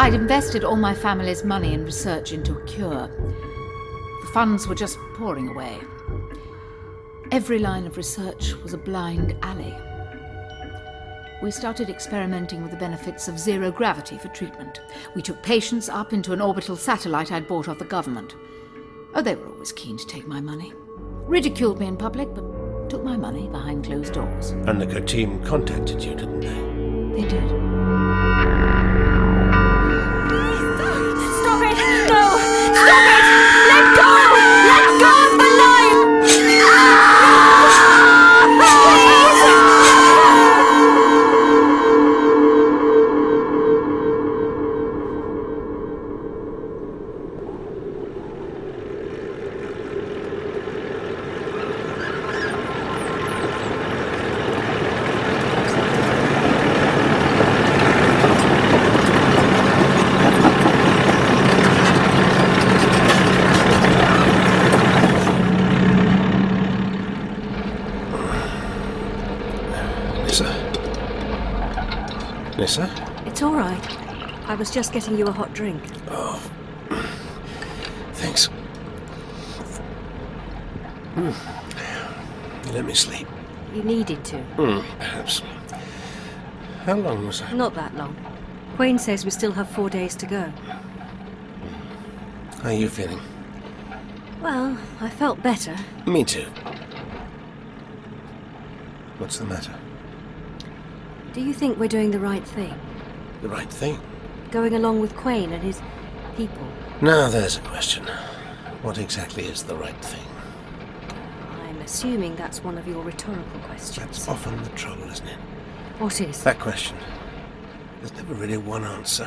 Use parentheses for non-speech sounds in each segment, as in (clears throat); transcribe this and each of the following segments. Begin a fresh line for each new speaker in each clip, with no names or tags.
I'd invested all my family's money in research into a cure. The funds were just pouring away. Every line of research was a blind alley. We started experimenting with the benefits of zero gravity for treatment. We took patients up into an orbital satellite I'd bought off the government. Oh, they were always keen to take my money. Ridiculed me in public, but took my money behind closed doors.
And the Katim contacted you, didn't they?
They did.
Stop it! No! Stop it! Let go! Let go of my life!
Nissa. Nissa?
It's all right. I was just getting you a hot drink.
Oh. (clears throat) Thanks. Hmm. Let me sleep.
You needed to.
Hmm, perhaps. How long was I?
Not that long. Quayne says we still have four days to go.
How are you feeling?
Well, I felt better.
Me too. What's the matter?
Do you think we're doing the right thing?
The right thing?
Going along with Quayne and his people?
Now there's a question. What exactly is the right thing?
I'm assuming that's one of your rhetorical questions.
That's often the trouble, isn't it?
What is?
That question. There's never really one answer.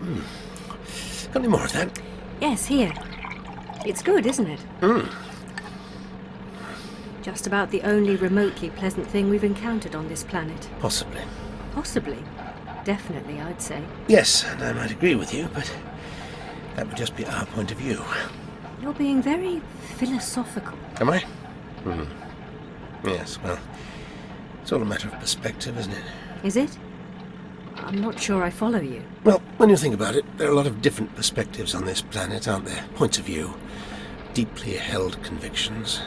Hmm. Got any more of that?
Yes, here. It's good, isn't it?
Hmm,
Just about the only remotely pleasant thing we've encountered on this planet.
Possibly.
Possibly. Definitely, I'd say.
Yes, and I might agree with you, but that would just be our point of view.
You're being very philosophical.
Am I? Hmm. Yes, well, it's all a matter of perspective, isn't it?
Is it? I'm not sure I follow you.
Well, when you think about it, there are a lot of different perspectives on this planet, aren't there? Points of view, deeply held convictions.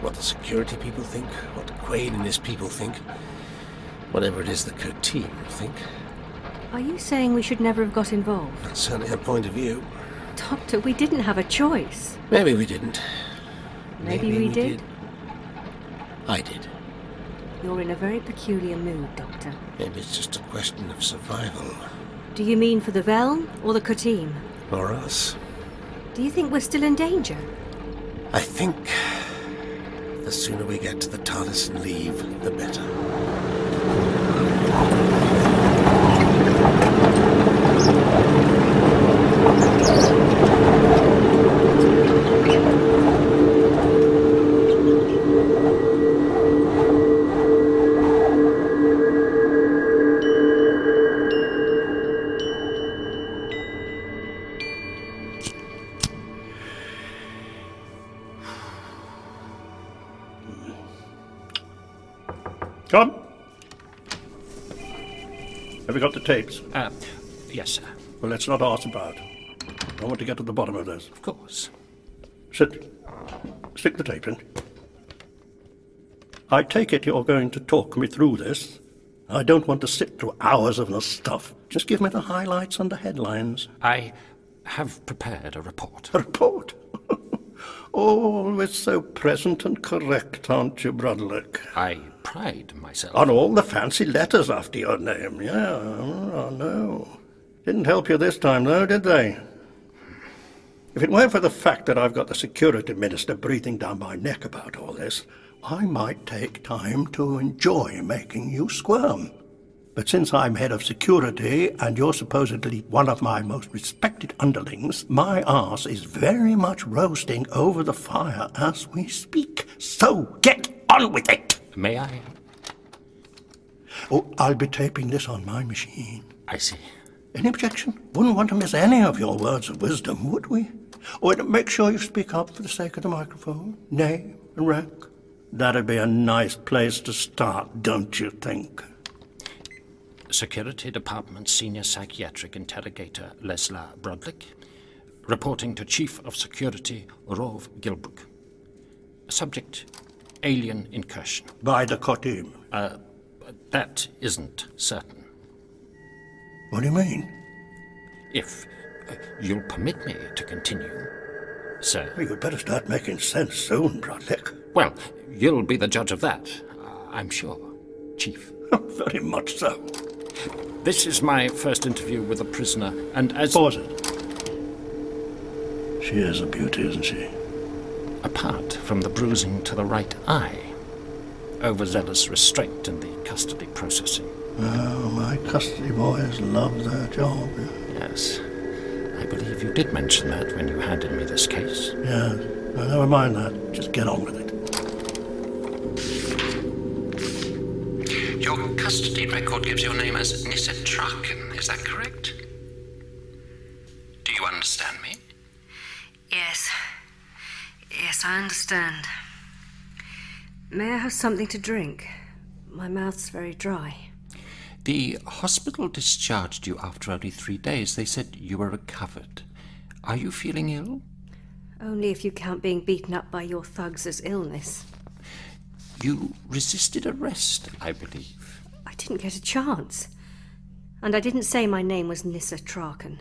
What the security people think, what Quaid and his people think, whatever it is the Coteam think.
Are you saying we should never have got involved?
That's certainly a point of view.
Doctor, we didn't have a choice.
Maybe we didn't.
Maybe, we, did.
I did.
You're in a very peculiar mood, Doctor.
Maybe it's just a question of survival.
Do you mean for the Velm or the Coteam?
Or us.
Do you think we're still in danger?
I think the sooner we get to the TARDIS and leave, the better.
Come. Have you got the tapes?
Uh, yes, sir.
Well, let's not ask about. I want to get to the bottom of this.
Of course.
Sit. Stick the tape in. I take it you're going to talk me through this. I don't want to sit through hours of this stuff. Just give me the highlights and the headlines.
I have prepared a report.
A report. Always so present and correct, aren't you, Broderick?
I pride myself.
On all the fancy letters after your name, yeah, oh, I know. Didn't help you this time, though, did they? If it weren't for the fact that I've got the security minister breathing down my neck about all this, I might take time to enjoy making you squirm. But since I'm head of security and you're supposedly one of my most respected underlings, my arse is very much roasting over the fire as we speak. So get on with it!
May I?
Oh, I'll be taping this on my machine.
I see.
Any objection? Wouldn't want to miss any of your words of wisdom, would we? Oh, and make sure you speak up for the sake of the microphone, name and rank. That'd be a nice place to start, don't you think?
Security Department Senior Psychiatric Interrogator Lesla Brodlick, reporting to Chief of Security Rove Gilbrook. Subject Alien Incursion. Uh,
By the Kotim.
That isn't certain.
What do you mean?
If uh, you'll permit me to continue, sir.
Well, you'd better start making sense soon, Brodlick.
Well, you'll be the judge of that, uh, I'm sure,
(laughs)
Chief.
Oh, Very much so.
This is my first interview with a prisoner, and as
Pause it. She is a beauty, isn't she?
apart from the bruising to the right eye, overzealous restraint in the custody processing.
Oh, my custody boys love their job.
Yes, I believe you did mention that when you handed me this case.
Yeah, well, never mind that. Just get on with it.
Your custody record gives your name as Nissa Traken, is that correct? Do you understand me?
Yes. Yes, I understand. May I have something to drink? My mouth's very dry.
The hospital discharged you after only three days. They said you were recovered. Are you feeling ill?
Only if you count being beaten up by your thugs as illness.
You resisted arrest, I believe.
I didn't get a chance. And I didn't say my name was Nissa Traken.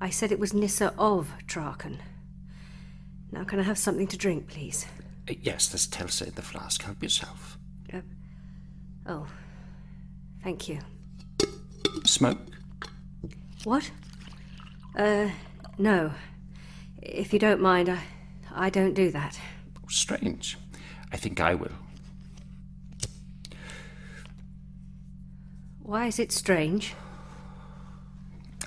I said it was Nissa of Traken. Now, can I have something to drink, please?
Uh, Yes, there's Telsa in the flask. Help yourself.
Uh, oh, thank you.
Smoke?
What? Uh, no. If you don't mind, I, I don't do that.
Strange. I think I will.
Why is it strange?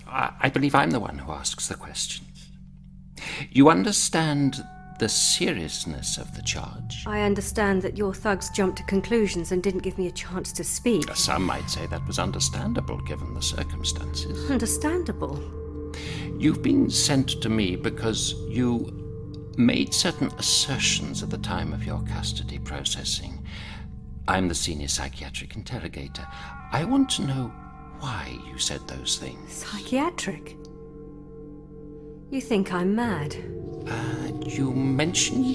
I, I believe I'm the one who asks the questions. You understand the seriousness of the charge?
I understand that your thugs jumped to conclusions and didn't give me a chance to speak.
Some might say that was understandable given the circumstances.
Understandable.
You've been sent to me because you made certain assertions at the time of your custody processing. I'm the senior psychiatric interrogator. I want to know why you said those things.
Psychiatric. You think I'm mad.
Uh, You mentioned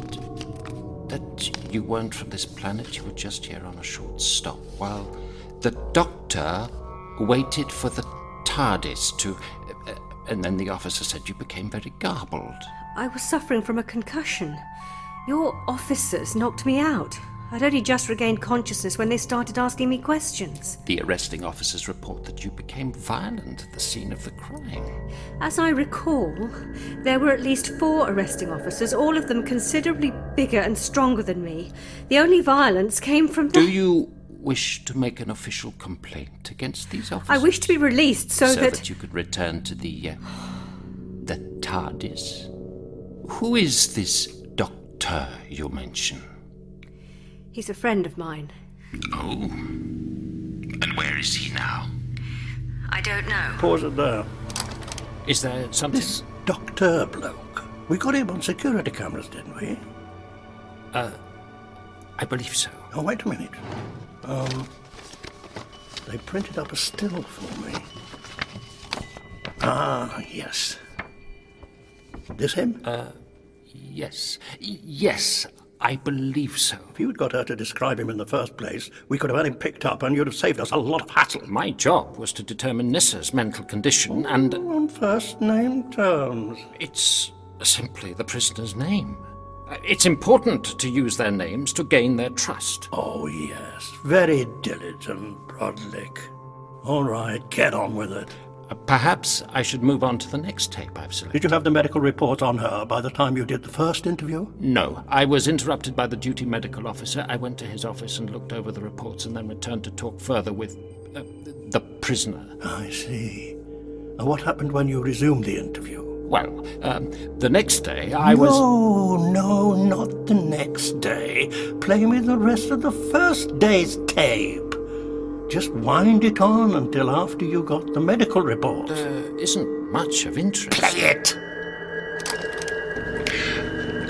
that you weren't from this planet, you were just here on a short stop, while the doctor waited for the TARDIS to. uh, and then the officer said you became very garbled.
I was suffering from a concussion. Your officers knocked me out. I'd only just regained consciousness when they started asking me questions.
The arresting officers report that you became violent at the scene of the
(laughs)
crime.
As I recall, there were at least four arresting officers, all of them considerably bigger and stronger than me. The only violence came from
Do
them.
you wish to make an official complaint against these officers?
I wish to be released so,
so that... you could return to the uh, the TARDIS. Who is this doctor you mention?
He's a friend of mine.
Oh. And where is he now?
I don't know.
Pause it there.
Is there something?
This doctor bloke. We got him on security cameras, didn't we?
Uh, I believe so.
Oh, wait a minute. Um, they printed up a still for me. Ah, yes. This him?
Uh, Yes, Y- yes, I believe so.
if you'd got her to describe him in the first place, we could have had him picked up and you'd have saved us a lot of hassle.
My job was to determine Nissa's mental condition, and
On first name terms.
it's uh, simply the prisoner's name. Uh, It's important to use their names to gain their trust.
Oh, yes. Very diligent, Brodlick. All right, get on with it.
Uh, Perhaps I should move on to the next tape I've selected.
Did you have the medical report on her by the time you did the first interview?
No, I was interrupted by the duty medical officer. I went to his office and looked over the reports and then returned to talk further with uh, the prisoner.
I see. And what happened when you resumed the interview?
Well, um, the next day I
no,
was.
no, not the next day. Play me the rest of the first day's tape. Just wind it on until after you got the medical report.
There Uh, isn't much of interest.
it!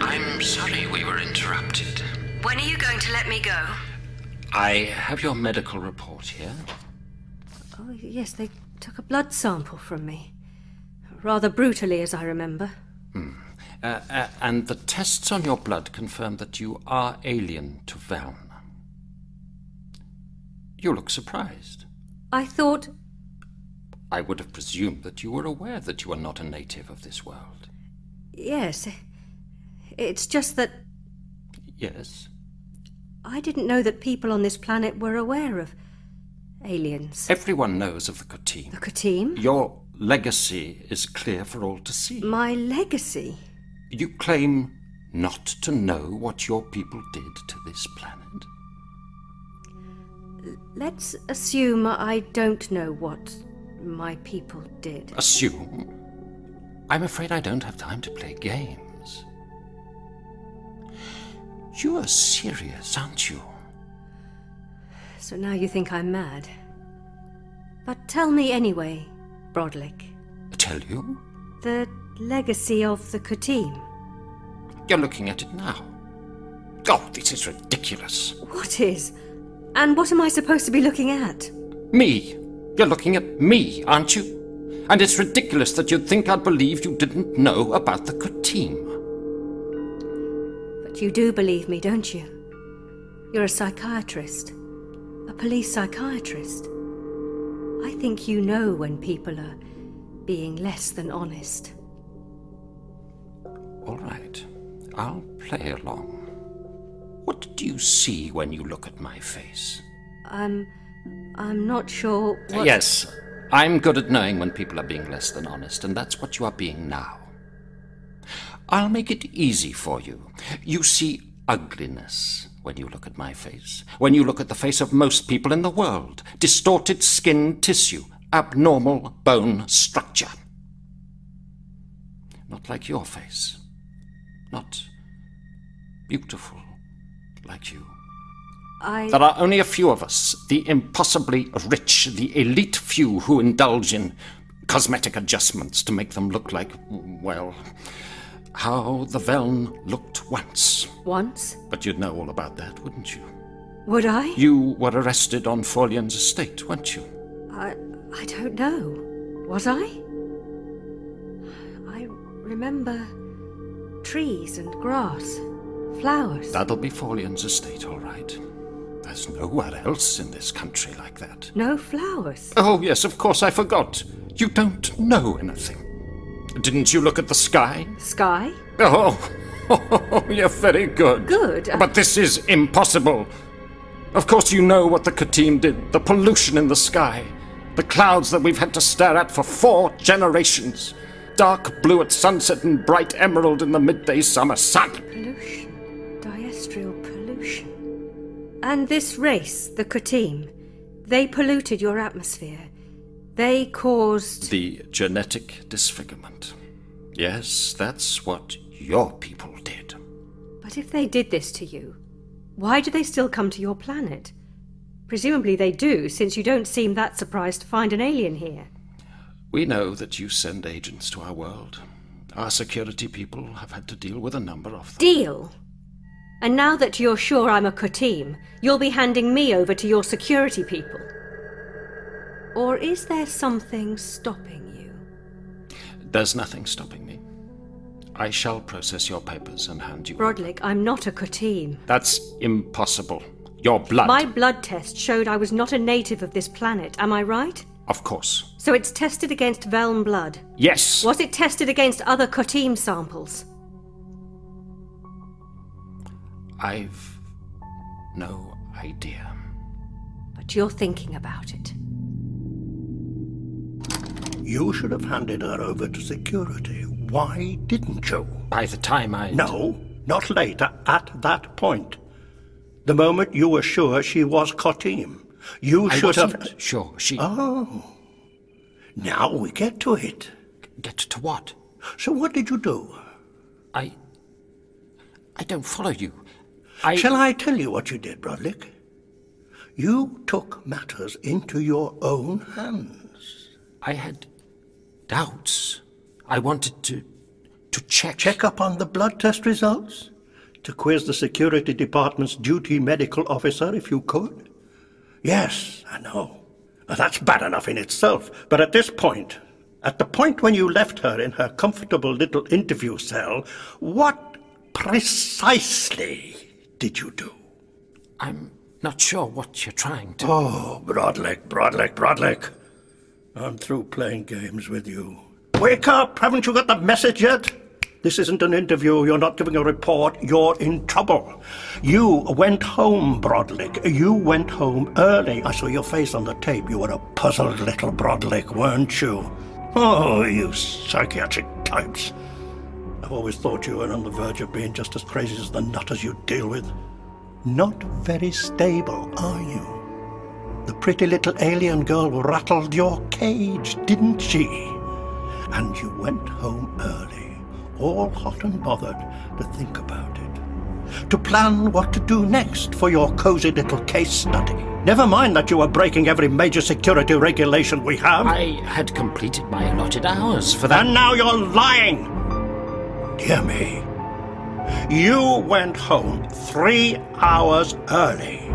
I'm sorry we were interrupted.
When are you going to let me go?
I have your medical report here.
Oh, yes, they took a blood sample from me. Rather brutally, as I remember.
Uh, uh, and the tests on your blood confirm that you are alien to Velm. You look surprised.
I thought.
I would have presumed that you were aware that you are not a native of this world.
Yes. It's just that
Yes.
I didn't know that people on this planet were aware of aliens.
Everyone knows of the Cotin.
The Katim?
Your legacy is clear for all to see.
My legacy?
You claim not to know what your people did to this planet.
Let's assume I don't know what my people did.
Assume. I'm afraid I don't have time to play games. You are serious, aren't you?
So now you think I'm mad. But tell me anyway, Brodlick,
Tell you?
the legacy of the Katim.
You're looking at it now. Oh, this is ridiculous.
What is? And what am I supposed to be looking at?
Me. You're looking at me, aren't you? And it's ridiculous that you'd think I'd believe you didn't know about the Kutim.
But you do believe me, don't you? You're a psychiatrist, a police psychiatrist. I think you know when people are being less than honest.
All right. I'll play along. What do you see when you look at my face?
I'm. I'm not sure what.
Yes. I'm good at knowing when people are being less than honest, and that's what you are being now. I'll make it easy for you. You see ugliness when you look at my face, when you look at the face of most people in the world distorted skin tissue, abnormal bone structure. Not like your face. Not beautiful like you.
I.
There are only a few of us, the impossibly rich, the elite few who indulge in cosmetic adjustments to make them look like, well, how the Veln looked once.
Once?
But you'd know all about that, wouldn't you?
Would I?
You were arrested on Forlian's estate, weren't you?
I. I don't know. Was I? I remember. trees and grass, flowers.
That'll be Forlian's estate, all right. There's nowhere else in this country like that.
No flowers.
Oh, yes, of course, I forgot. You don't know anything. Didn't you look at the sky?
Sky?
Oh, (laughs) you're very good.
Good.
But this is impossible. Of course, you know what the Katim did the pollution in the sky, the clouds that we've had to stare at for four generations. Dark blue at sunset and bright emerald in the midday summer sun.
Pollution. Diastral pollution. And this race, the Kutim, they polluted your atmosphere. They caused.
The genetic disfigurement. Yes, that's what your people did.
But if they did this to you, why do they still come to your planet? Presumably they do, since you don't seem that surprised to find an alien here.
We know that you send agents to our world. Our security people have had to deal with a number of them.
Deal! And now that you're sure I'm a Kutim, you'll be handing me over to your security people. Or is there something stopping you?
There's nothing stopping me. I shall process your papers and hand you.
Brodlick, I'm not a Kutim.
That's impossible. Your blood.
My blood test showed I was not a native of this planet, am I right?
Of course.
So it's tested against Velm blood.
Yes.
Was it tested against other Kotim samples?
I've no idea.
But you're thinking about it.
You should have handed her over to security. Why didn't you?
By the time I.
No, not later, at that point. The moment you were sure she was Kotim, you
I
should have.
wasn't Sure, she.
Oh. Now we get to it.
Get to what?
So what did you do?
I. I don't follow you. I.
Shall I tell you what you did, Broderick? You took matters into your own hands.
I had doubts. I wanted to. to check.
Check up on the blood test results? To quiz the security department's duty medical officer if you could? Yes, I know. That's bad enough in itself, but at this point, at the point when you left her in her comfortable little interview cell, what precisely did you do?
I'm not sure what you're trying to.
Oh, Broderick, Broderick, Broderick. I'm through playing games with you. Wake up! Haven't you got the message yet? This isn't an interview. You're not giving a report. You're in trouble. You went home, Broderick. You went home early. I saw your face on the tape. You were a puzzled little Broderick, weren't you? Oh, you psychiatric types. I've always thought you were on the verge of being just as crazy as the nutters you deal with. Not very stable, are you? The pretty little alien girl rattled your cage, didn't she? And you went home early, all hot and bothered to think about it, to plan what to do next for your cozy little case study. Never mind that you were breaking every major security regulation we have,
I had completed my allotted hours for that.
and now you're lying! Dear me. You went home three hours early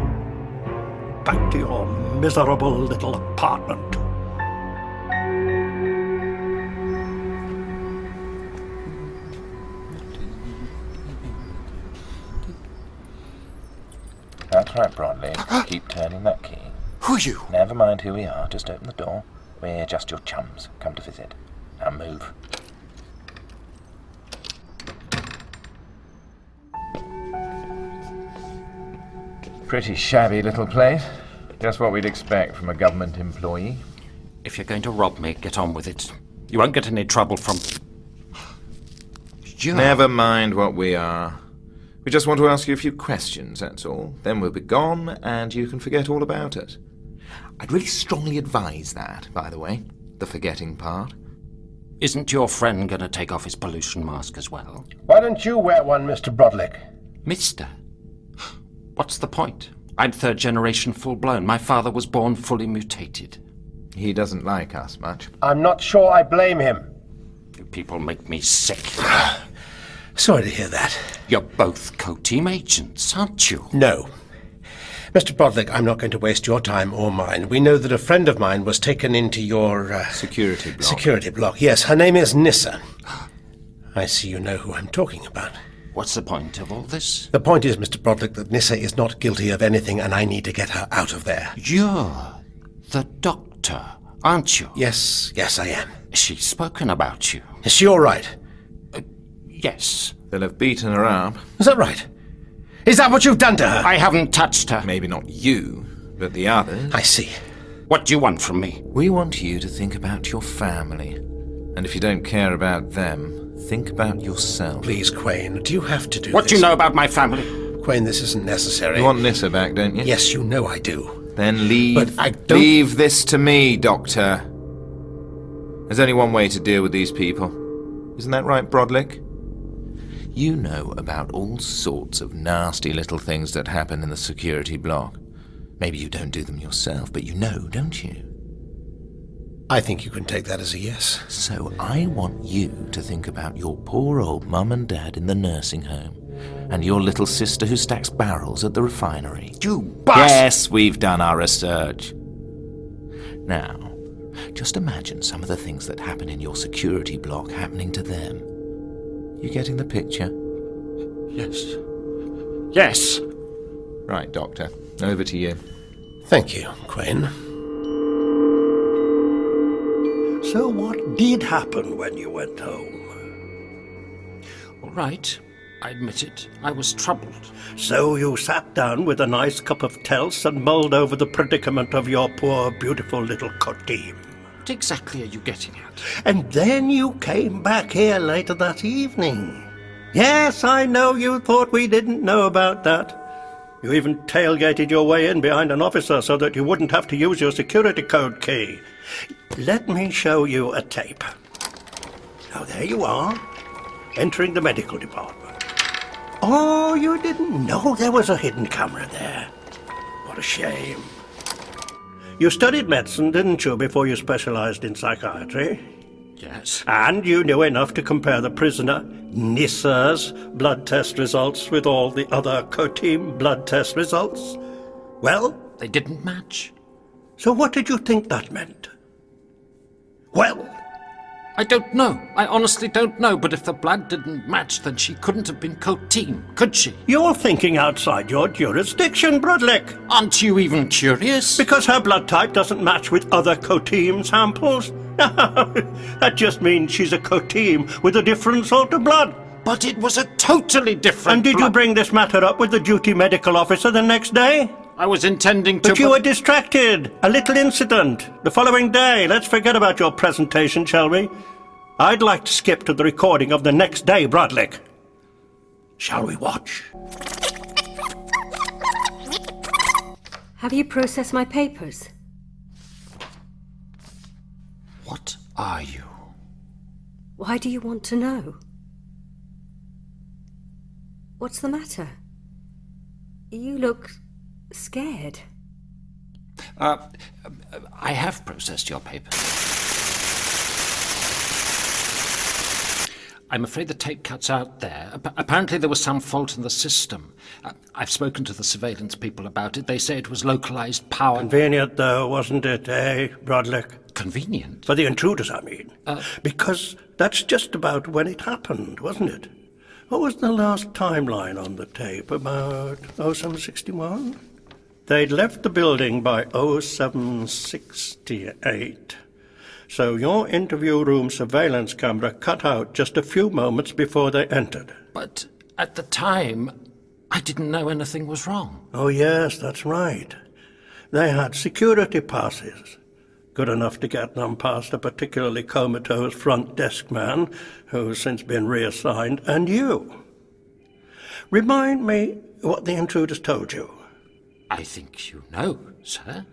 back to your miserable little apartment.
That's right, Broadley. Keep turning that key.
Who are you?
Never mind who we are, just open the door. We're just your chums come to visit. Now move. Pretty shabby little place. Just what we'd expect from a government employee.
If you're going to rob me, get on with it. You won't get any trouble from. You.
Never mind what we are. We just want to ask you a few questions, that's all. Then we'll be gone, and you can forget all about us. I'd really strongly advise that, by the way, the forgetting part.
Isn't your friend going to take off his pollution mask as well?
Why don't you wear one, Mr. Broderick?
Mister, what's the point? I'm third generation full blown. My father was born fully mutated.
He doesn't like us much.
I'm not sure I blame him.
You people make
(sighs)
me sick.
Sorry to hear that.
You're both co team agents, aren't you?
No. Mr. Broderick, I'm not going to waste your time or mine. We know that a friend of mine was taken into your uh,
Security block.
security block. Yes, her name is Nissa. I see you know who I'm talking about.
What's the point of all this?
The point is, Mr. Broderick, that Nissa is not guilty of anything, and I need to get her out of there.
You're the doctor, aren't you?
Yes, yes, I am.
She's spoken about you. Uh,
Is she all right?
Yes.
They'll have beaten her up.
Is that right? Is that what you've done to her?
I haven't touched her.
Maybe not you, but the others.
I see.
What do you want from me?
We want you to think about your family. And if you don't care about them, think about yourself.
Please, Quain, do you have to do
What
this?
do you know about my family?
Quain, this isn't necessary.
You want Nissa back, don't you?
Yes, you know I do.
Then leave.
But I don't-
Leave this to me, Doctor. There's only one way to deal with these people. Isn't that right, Broderick? You know about all sorts of nasty little things that happen in the security block. Maybe you don't do them yourself, but you know, don't you?
I think you can take that as a yes.
So I want you to think about your poor old mum and dad in the nursing home, and your little sister who stacks barrels at the refinery.
You bastard!
Yes, we've done our research. Now, just imagine some of the things that happen in your security block happening to them. You getting the picture?
Yes. Yes.
Right, Doctor. Over to you.
Thank you, Quain.
So, what did happen when you went home?
All right. I admit it. I was troubled.
So, you sat down with a nice cup of tels and mulled over the predicament of your poor, beautiful little Kotim.
What exactly are you getting at?
And then you came back here later that evening. Yes, I know you thought we didn't know about that. You even tailgated your way in behind an officer so that you wouldn't have to use your security code key. Let me show you a tape. Now, there you are, entering the medical department. Oh, you didn't know there was a hidden camera there. What a shame. You studied medicine, didn't you, before you specialized in psychiatry?
Yes.
And you knew enough to compare the prisoner Nissa's blood test results with all the other Coteam blood test results? Well,
They didn't match.
so what did you think that meant? Well,
I don't know. I honestly don't know. But if the blood didn't match, then she couldn't have been Coteen, could she?
you're thinking outside your jurisdiction, Brodlick,
Aren't you even curious?
because her blood type doesn't match with other Coteam samples. (laughs) that just means she's a Coteam with a different sort of blood.
But it was a totally different.
And did you
blood.
bring this matter up with the duty medical officer the next day?
I was intending to.
But you were distracted. A little incident. The following day. Let's forget about your presentation, shall we? I'd like to skip to the recording of the next day, Brodlick. Shall we watch?
Have you processed my papers?
What are you?
Why do you want to know? What's the matter? You look scared.
Uh, I have processed your paper. I'm afraid the tape cuts out there. Ap- apparently, there was some fault in the system. Uh, I've spoken to the surveillance people about it. They say it was localized power.
Convenient, though, wasn't it, eh, Brodlick?
Convenient.
For the intruders, I mean. because that's just about when it happened, wasn't it? What was the last timeline on the tape? About 0761? They'd left the building by 0768. So your interview room surveillance camera cut out just a few moments before they entered.
But at the time, I didn't know anything was wrong.
Oh, yes, that's right. They had security passes, good enough to get them past a particularly comatose front desk man who's since been reassigned, and you. Remind me what the intruders told you.
I think you know, sir.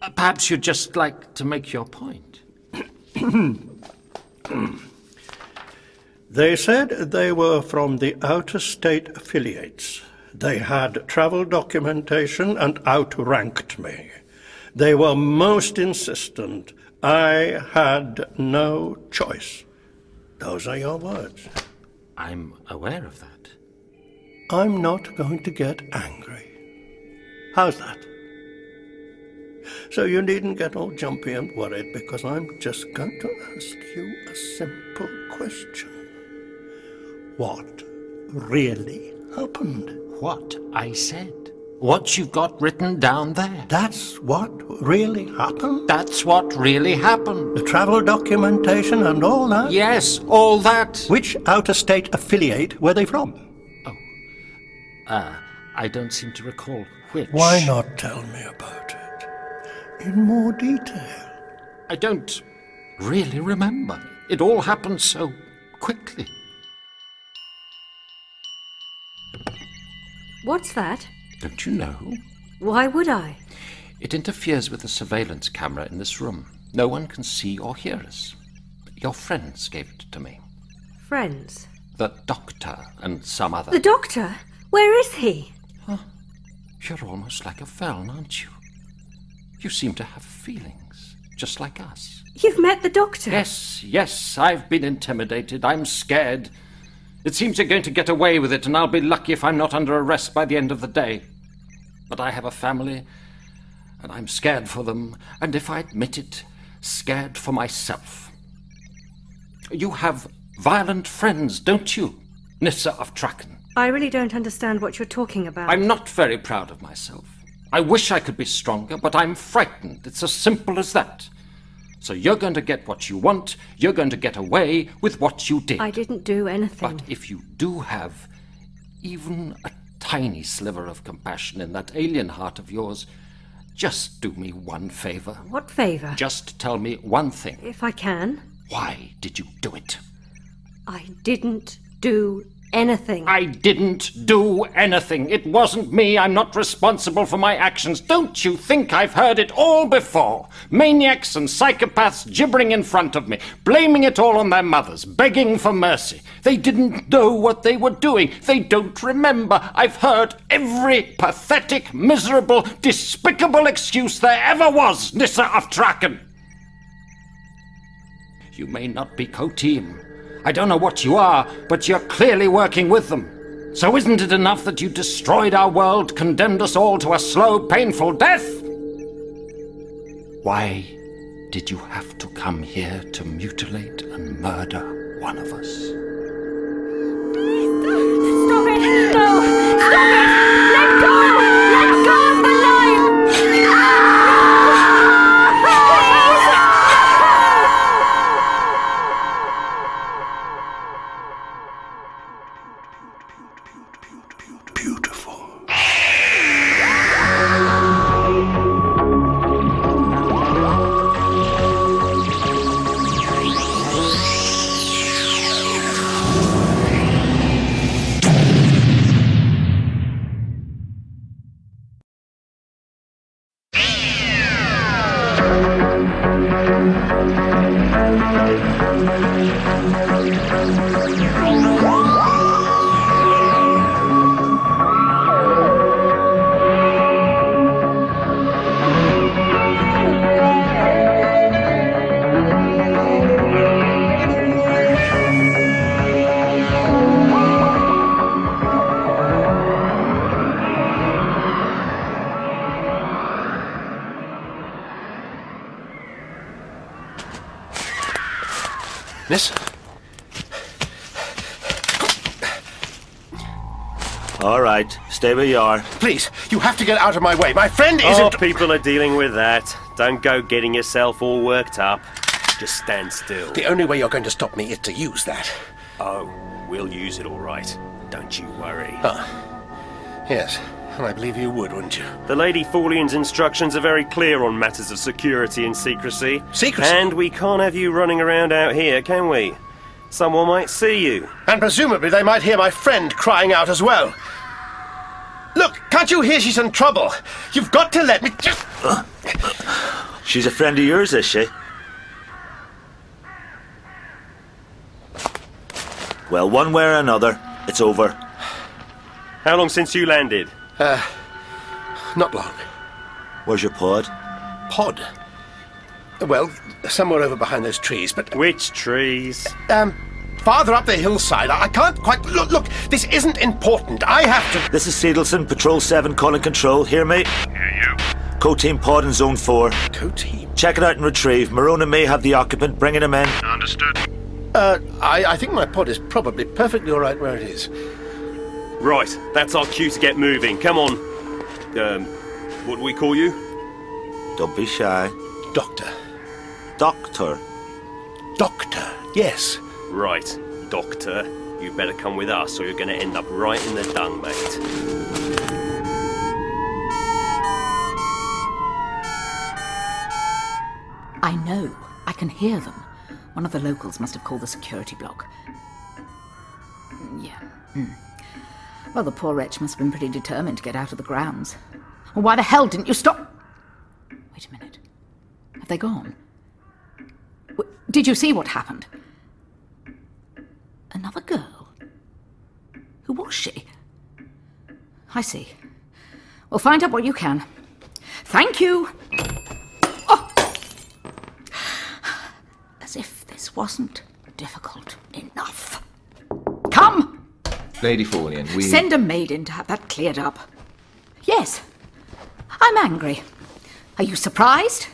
Uh, perhaps you'd just like to make your point.
They said they were from the outer state affiliates. They had travel documentation and outranked me. They were most insistent. I had no choice. Those are your words.
I'm aware of that.
I'm not going to get angry. How's that? So you needn't get all jumpy and worried because I'm just going to ask you a simple question. What really happened?
What I said. What you've got written down there.
That's what really happened?
That's what really happened.
The travel documentation and all that?
Yes, all that.
Which outer state affiliate were they from?
Uh, I don't seem to recall which.
Why not tell me about it? In more detail.
I don't really remember. It all happened so quickly.
What's that?
Don't you know?
Why would I?
It interferes with the surveillance camera in this room. No one can see or hear us. Your friends gave it to me.
Friends.
The doctor and some other.
The doctor? Where is he?
You're almost like a felon, aren't you? You seem to have feelings, just like us.
You've met the doctor.
Yes, yes, I've been intimidated. I'm scared. It seems you're going to get away with it, and I'll be lucky if I'm not under arrest by the end of the day. But I have a family, and I'm scared for them, and if I admit it, scared for myself. You have violent friends, don't you? Nissa of Traken.
I really don't understand what you're talking about.
I'm not very proud of myself. I wish I could be stronger, but I'm frightened. It's as simple as that. So you're going to get what you want, you're going to get away with what you did.
I didn't do anything.
But if you do have even a tiny sliver of compassion in that alien heart of yours, Just do me one favor.
What favour?
Just tell me one thing.
If I can.
Why did you do it?
I didn't do anything.
I didn't do anything. It wasn't me. I'm not responsible for my actions. Don't you think I've heard it all before? Maniacs and psychopaths gibbering in front of me, blaming it all on their mothers, begging for mercy. They didn't know what they were doing. They don't remember. I've heard every pathetic, miserable, despicable excuse there ever was, Nissa of Traken. You may not be co-team. I don't know what you are, but you're clearly working with them. So isn't it enough that you destroyed our world, condemned us all to a slow, painful death? Why did you have to come here to mutilate and murder one of us?
Stop it! No! Stop it! Let go! Let go of the line!
Beautiful.
Miss? All right, stay where you are. Please, you have to get out of my way. My friend
Oh,
isn't.
people are dealing with that. Don't go getting yourself all worked up. Just stand still.
the only way you're going to stop me is to use that.
Oh, we'll use it all right. Don't you worry.
Yes, and I believe you would, wouldn't you?
The Lady Fallian's instructions are very clear on matters of security and secrecy.
Secrecy?
And we can't have you running around out here, can we? Someone might see you.
And presumably they might hear my friend crying out as well. Look, can't you hear she's in trouble? You've got to let me just.
She's a friend of yours, is she? Well, one way or another, it's over.
How long since you landed?
Uh, Not long.
Where's your pod?
Pod. Well, somewhere over behind those trees, but
Which trees?
um, farther up the hillside. I, I can't quite look. Look, this isn't important. I have to.
This is Sedelson, Patrol 7, calling control. Hear me? Hear you. Co-team pod in Zone 4.
Coatee.
Check it out and retrieve. Marona may have the occupant, bringing him in.
Uh, I, I think my pod is probably perfectly all right where it is.
Right, that's our cue to get moving. Come on. Um, what do we call you?
Don't be shy.
Doctor.
Doctor.
Doctor. Yes.
Right, Doctor. You better come with us or you're going to end up right in the dung, mate.
I know. I can hear them. One of the locals must have called the security block. Yeah. hmm. Well, the poor wretch must have been pretty determined to get out of the grounds. Well, why the hell didn't you stop? Wait a minute. Have they gone? W- did you see what happened? Another girl? Who was she? I see. Well, find out what you can. Thank you! Oh! As if this wasn't difficult enough. Come!
Lady Fallian, we.
Send a maid in to have that cleared up. Yes, I'm angry. Are you surprised?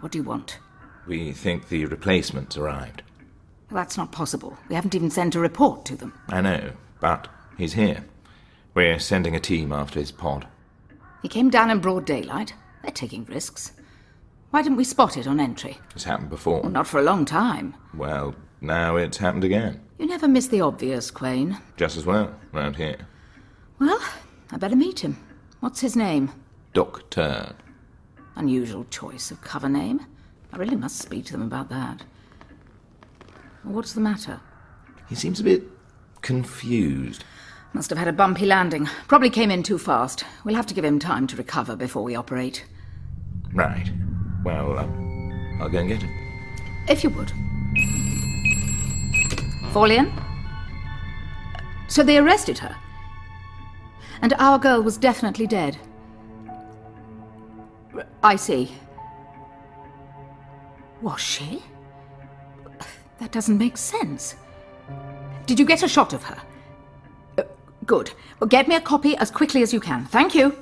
What do you want?
We think the replacement's arrived.
Well, that's not possible. We haven't even sent a report to them.
I know, but he's here. We're sending a team after his pod.
He came down in broad daylight. They're taking risks. Why didn't we spot it on entry?
It's happened before.
Well, not for a long time.
Well, now it's happened again.
You never miss the obvious, Quain.
Just as well, round here.
Well, I better meet him. What's his name?
Doctor.
Unusual choice of cover name. I really must speak to them about that. What's the matter?
He seems a bit confused.
Must have had a bumpy landing. Probably came in too fast. We'll have to give him time to recover before we operate.
Right. Well, um, I'll go and get him.
If you would. Forlian? So they arrested her. And our girl was definitely dead. R- I see. Was she? That doesn't make sense. Did you get a shot of her? Uh, good. Well, get me a copy as quickly as you can. Thank you.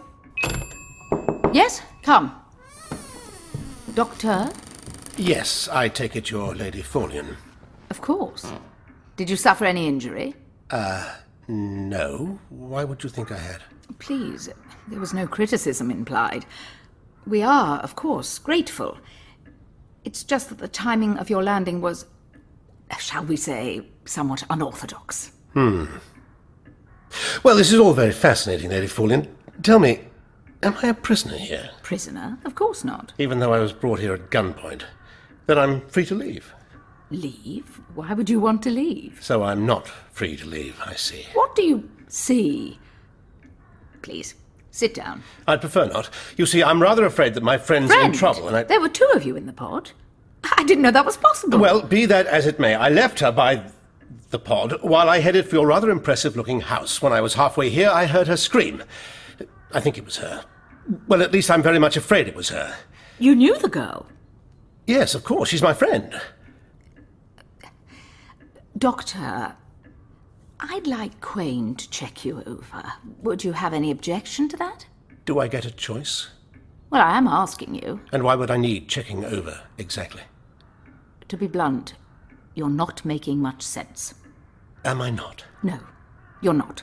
Yes, come. Doctor?
Yes, I take it you're Lady Forlian.
Of course. Did you suffer any injury?
Uh, no. Why would you think I had?
Please, there was no criticism implied. We are, of course, grateful. It's just that the timing of your landing was, shall we say, somewhat unorthodox.
Hmm. Well, this is all very fascinating, Lady Forlian. Tell me, am I a prisoner here?
Prisoner? Of course not.
Even though I was brought here at gunpoint, then I'm free to leave.
Leave? Why would you want to leave?
So I'm not free to leave, I see.
What do you see? Please, sit down.
I'd prefer not. You see, I'm rather afraid that my friend's
Friend,
in trouble, and I.
There were two of you in the pod. I didn't know that was possible.
Well, be that as it may, I left her by the pod while I headed for your rather impressive looking house. When I was halfway here, I heard her scream. I think it was her. Well, at least I'm very much afraid it was her.
You knew the girl?
Yes, of course. She's my friend.
Doctor, I'd like Quain to check you over. Would you have any objection to that?
Do I get a choice?
Well, I am asking you.
And why would I need checking over exactly?
To be blunt, you're not making much sense.
Am I not?
No, you're not.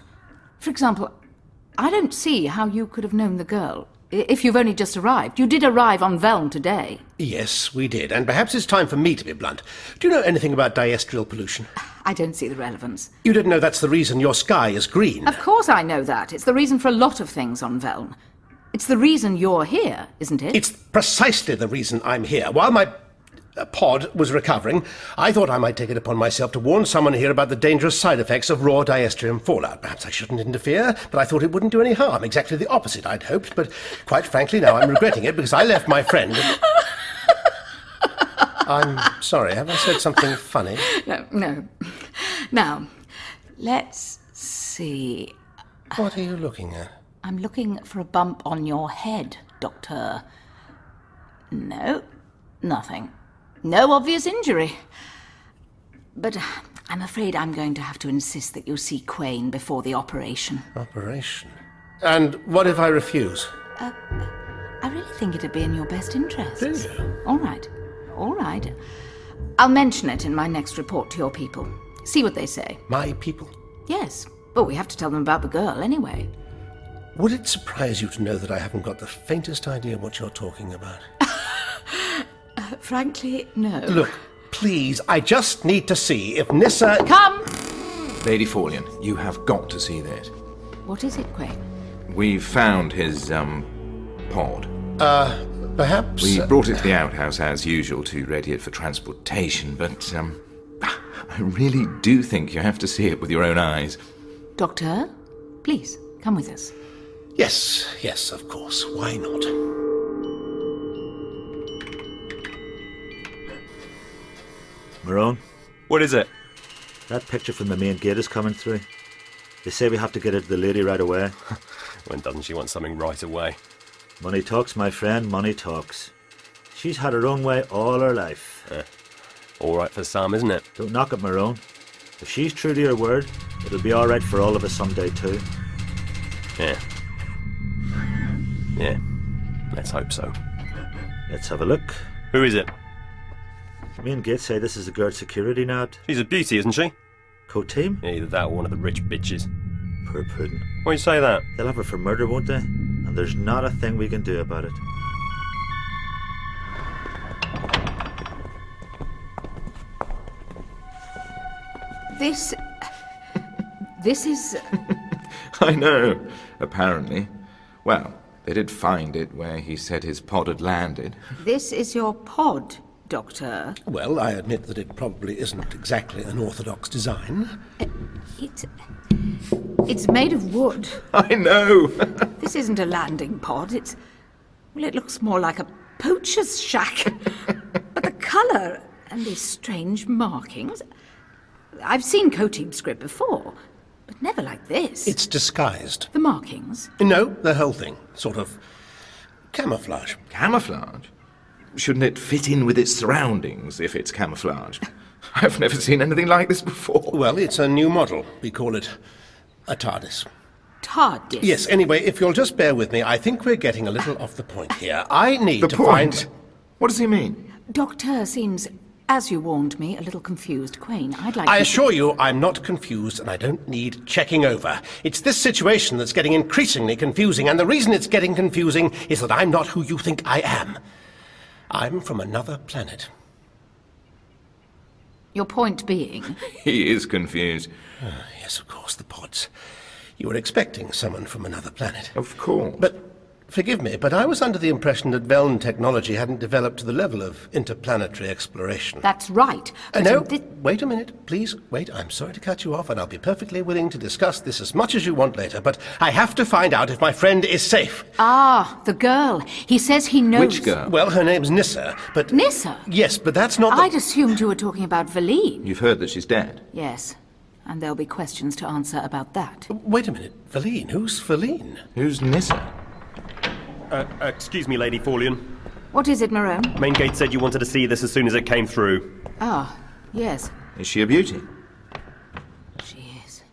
For example, I don't see how you could have known the girl i- if you've only just arrived. You did arrive on Velm today.
Yes, we did. And perhaps it's time for me to be blunt. Do you know anything about diestrial pollution?
I don't see the relevance.
You didn't know that's the reason your sky is green.
Of course I know that. It's the reason for a lot of things on Velm. It's the reason you're here, isn't it?
It's precisely the reason I'm here. While my uh, pod was recovering, I thought I might take it upon myself to warn someone here about the dangerous side effects of raw diestrium fallout. Perhaps I shouldn't interfere, but I thought it wouldn't do any harm. Exactly the opposite, I'd hoped, but quite frankly, now I'm regretting it because I left my friend. I'm sorry, have I said something funny?
No, no. Now, let's see.
What are you looking at?
I'm looking for a bump on your head, Doctor. No, nothing. No obvious injury. But I'm afraid I'm going to have to insist that you see Quain before the operation.
Operation. And what if I refuse?
I really think it'd be in your best interest.
Do you?
All right, all right. I'll mention it in my next report to your people. See what they say.
My people.
Yes, but we have to tell them about the girl anyway.
Would it surprise you to know that I haven't got the faintest idea what you're talking about?
Uh, Frankly, no.
Look, please, I just need to see if Nissa.
Uh, Come!
Lady Forlian, you have got to see this.
What is it, Quain?
We've found his, um, pod.
Uh, perhaps.
We brought it to the outhouse as usual to ready it for transportation, but, um, (sighs) I really do think you have to see it with your own eyes. (laughs)
Doctor, please come with us.
Yes, yes, of course. Why not?
Marone,
What is it?
that picture from the main gate is coming through. They say we have to get it to the lady right away.
(laughs) When doesn't she want something right away?
Money talks, my friend, money talks. She's had her own way all her life.
Eh, all right for some, isn't it?
Don't knock it, Marone. If she's true to her word, it'll be all right for all of us someday, too.
Yeah. Yeah. Let's hope so.
Let's have a look.
Who is it?
Me and Gates say this is the guard security nod.
She's a beauty, isn't she?
Co-team?
Either that or one of the rich bitches.
Poor Puddin.
Why you say that?
They'll have her for murder, won't they? And there's not a thing we can do about it.
This. This is.
I know, apparently. Well, They did find it where he said his pod had landed.
This is your pod, Doctor.
Well, I admit that it probably isn't exactly an orthodox design.
It, it's made of wood.
(laughs) I know! (laughs)
This isn't a landing pod. It's. Well, it looks more like a poacher's
(laughs)
shack. but the colour and these strange markings. I've seen Kotib script before, but never like this.
It's disguised.
The markings?
No, the whole thing. Sort of camouflage.
Camouflage? Shouldn't it fit in with its surroundings if it's camouflage? (laughs) I've never seen anything like this before.
Well, it's a new model. We call it a TARDIS.
TARDIS?
Yes, anyway, if you'll just bear with me, I think we're getting a little off the point here. I need
The
to
point?
find.
What does he mean?
Doctor seems, as you warned me, a little confused. Quain, I'd like
I
you to-
assure you, I'm not confused and I don't need checking over. It's this situation that's getting increasingly confusing, and the reason it's getting confusing is that I'm not who you think I am. I'm from another planet.
Your point being,
He is confused.
Ah, yes, of course, the pods. You were expecting someone from another planet.
Of course.
But forgive me, but I was under the impression that Veln technology hadn't developed to the level of interplanetary exploration.
that's right.
Uh,
but
no,
in thi-
wait a minute, please. Wait, I'm sorry to cut you off, and I'll be perfectly willing to discuss this as much as you want later, but I have to find out if my friend is safe.
ah, the girl. He says he knows.
Well, her name's Nissa, but.
Nissa?
Yes, but that's not. The...
I'd assumed you were talking about Valine.
You've heard that she's dead.
Yes, and there'll be questions to answer about that.
Wait a minute, Feline? Who's Feline?
Who's Nissa?
Uh, excuse me, Lady Forlian.
What is it, Marone?
Main gate said you wanted to see this as soon as it came through.
Ah, yes,
Is she a beauty?
she is.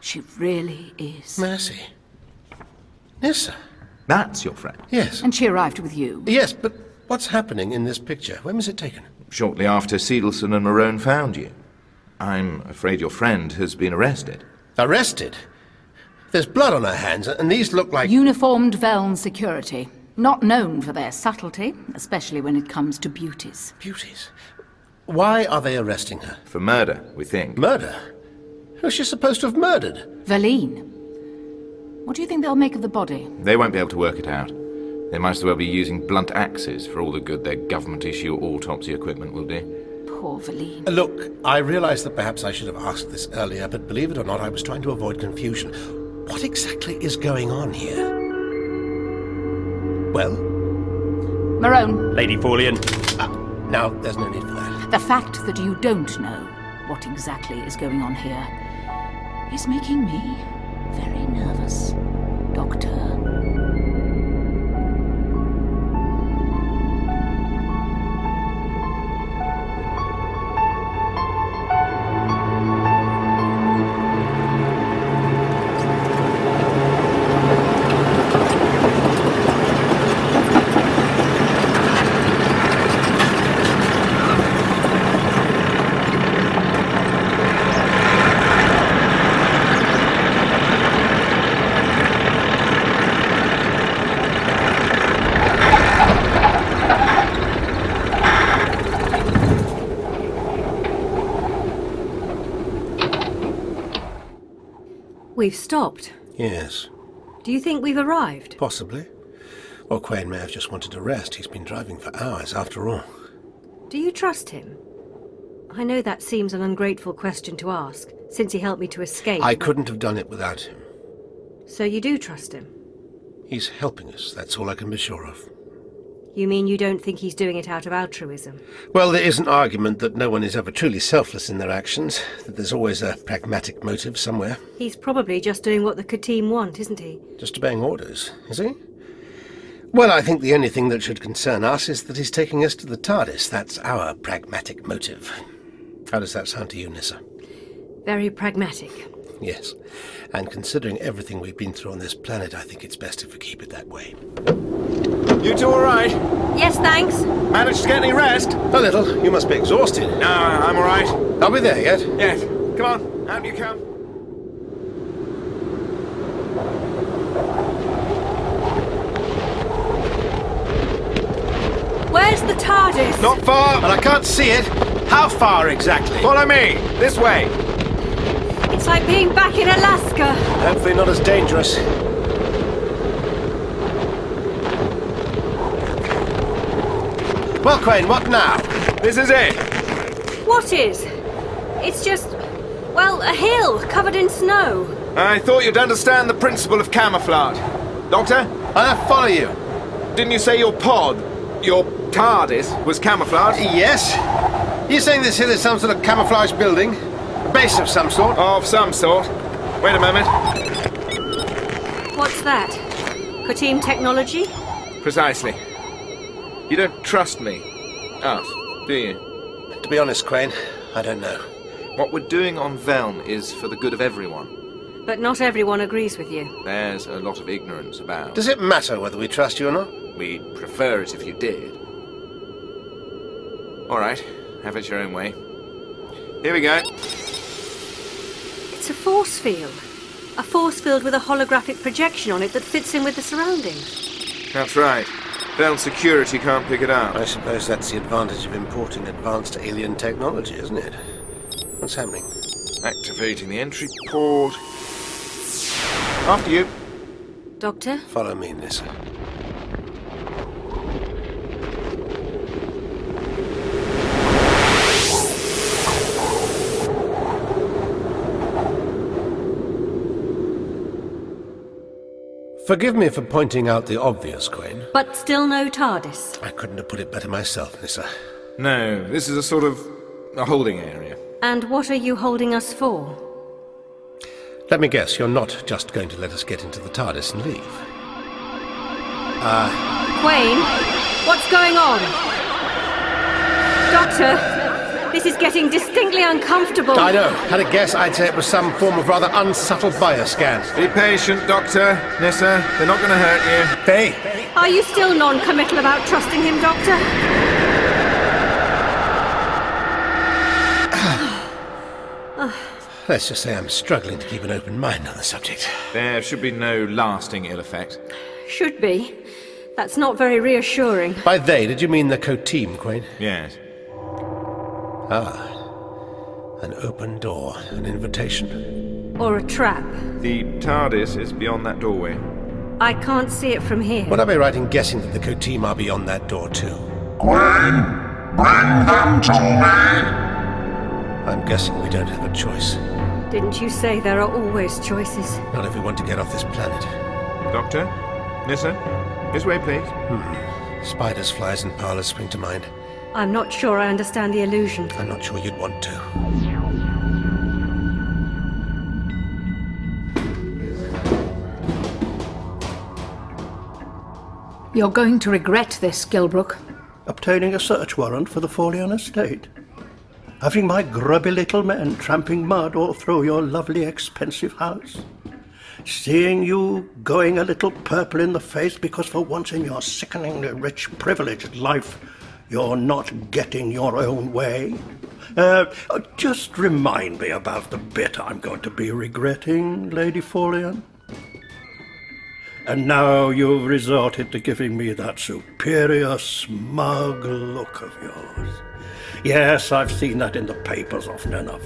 She really is.
Mercy. Nissa?
That's your friend.
Yes.
And she arrived with you.
Yes, but what's happening in this picture? When was it taken?
Shortly after Siedelson and Marone found you. I'm afraid your friend has been arrested.
Arrested? There's blood on her hands, and these look like.
Uniformed Veln security. Not known for their subtlety, especially when it comes to beauties.
Beauties? Why are they arresting her?
For murder, we think.
Murder? Who's she supposed to have murdered?
Valine. What do you think they'll make of the body?
They won't be able to work it out. They might as well be using blunt axes for all the good their government issue autopsy equipment will do.
Poor Valine.
Look, I realise that perhaps I should have asked this earlier, but believe it or not, I was trying to avoid confusion. What exactly is going on here? Well, uh,
Marone,
Lady Forlian.
now there's no need for that.
the fact that you don't know what exactly is going on here is making me very nervous, Doctor.
We've stopped.
Yes,
Do you think we've arrived?
possibly. Or Quain may have just wanted to rest. He's been driving for hours, after all.
Do you trust him? I know that seems an ungrateful question to ask, since he helped me to escape.
I couldn't have done it without him.
So you do trust him?
He's helping us, that's all I can be sure of.
You mean you don't think he's doing it out of altruism?
Well, there is an argument that no one is ever truly selfless in their actions, that there's always a pragmatic motive somewhere.
He's probably just doing what the Katim want, isn't he?
Just obeying orders, is he? Well, I think the only thing that should concern us is that he's taking us to the TARDIS. That's our pragmatic motive. How does that sound to you, Nissa?
Very pragmatic.
Yes. And considering everything we've been through on this planet, I think it's best if we keep it that way.
You two all right?
Yes, thanks.
Managed to get any rest?
A little. You must be exhausted.
No, I'm all right.
Are we there yet?
Yes. Come on, out you come.
Where's the TARDIS?
Not far.
But I can't see it. How far exactly?
Follow me. This way.
It's like being back in Alaska.
Hopefully not as dangerous. Well, Quain, what now? This is it.
What is? It's just, well, a hill covered in snow.
I thought you'd understand the principle of camouflage. Doctor?
I follow you.
Didn't you say your pod, your TARDIS, was camouflage?
Yes. You saying this hill is some sort of camouflage building? A base of some sort?
Of some sort. Wait a moment.
What's that? Katim technology?
Precisely. You don't trust me. Us, do you?
To be honest, Quain, I don't know.
What we're doing on Velm is for the good of everyone.
But not everyone agrees with you.
There's a lot of ignorance about.
Does it matter whether we trust you or not?
We'd prefer it if you did. All right, have it your own way. Here we go.
It's a force field. A force field with a holographic projection on it that fits in with the surroundings.
That's right. Velm security can't pick it up.
I suppose that's the advantage of importing advanced alien technology, isn't it? What's happening?
Activating the entry port. After you.
Doctor?
Follow me, Nissa. Forgive me for pointing out the obvious, Quain.
But still no TARDIS.
I couldn't have put it better myself, Nissa.
No, this is a sort of a holding area.
And what are you holding us for?
Let me guess, you're not just going to let us get into the TARDIS and leave. Ah,
Quain, what's going on? Doctor, this is getting distinctly uncomfortable.
I know. Had a guess, I'd say it was some form of rather unsubtle bioscan.
Be patient, Doctor. Nissa, they're not going to hurt you.
They
Are you still non committal about trusting him, Doctor?
Let's just say I'm struggling to keep an open mind on the subject.
There should be no lasting ill effect.
Should be. That's not very reassuring.
By they, did you mean the co-team, Quain?
Yes.
Ah. An open door, an invitation.
Or a trap.
The TARDIS is beyond that doorway.
I can't see it from here.
Would I be right in guessing that the co-team are beyond that door too?
Gwen, bring them to me.
I'm guessing we don't have a choice.
Didn't you say there are always choices?
Not if we want to get off this planet.
Doctor? Nissa? This way, please.
Hmm. Spiders, flies, and parlors spring to mind.
I'm not sure I understand the illusion.
I'm not sure you'd want to.
You're going to regret this, Gilbrook.
obtaining a search warrant for the Forlean estate. Having my grubby little men tramping mud all through your lovely expensive house. Seeing you going a little purple in the face because for once in your sickeningly rich, privileged life, you're not getting your own way. Uh, uh, just remind me about the bit I'm going to be regretting, Lady Forlean. And now you've resorted to giving me that superior, smug look of yours. Yes, I've seen that in the papers often enough.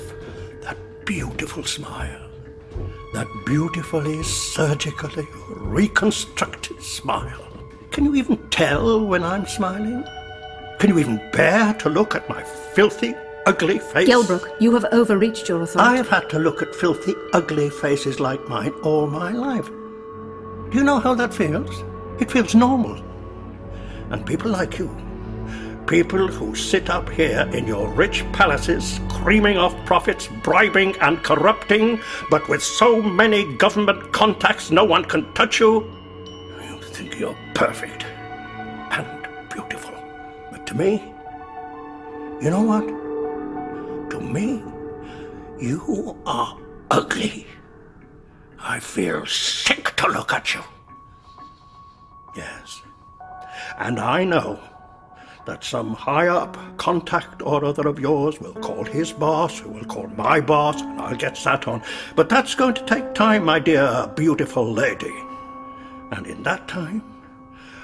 That beautiful smile. That beautifully, surgically reconstructed smile. Can you even tell when I'm smiling? Can you even bear to look at my filthy, ugly face?
Gilbrook, you have overreached your authority.
I've had to look at filthy, ugly faces like mine all my life. Do you know how that feels? It feels normal. And people like you, people who sit up here in your rich palaces, screaming off profits, bribing and corrupting, but with so many government contacts no one can touch you, you think you're perfect and beautiful. But to me, you know what? To me, you are ugly. I feel sick to look at you. Yes. And I know that some high up contact or other of yours will call his boss, who will call my boss, and I'll get sat on. But that's going to take time, my dear, beautiful lady. And in that time,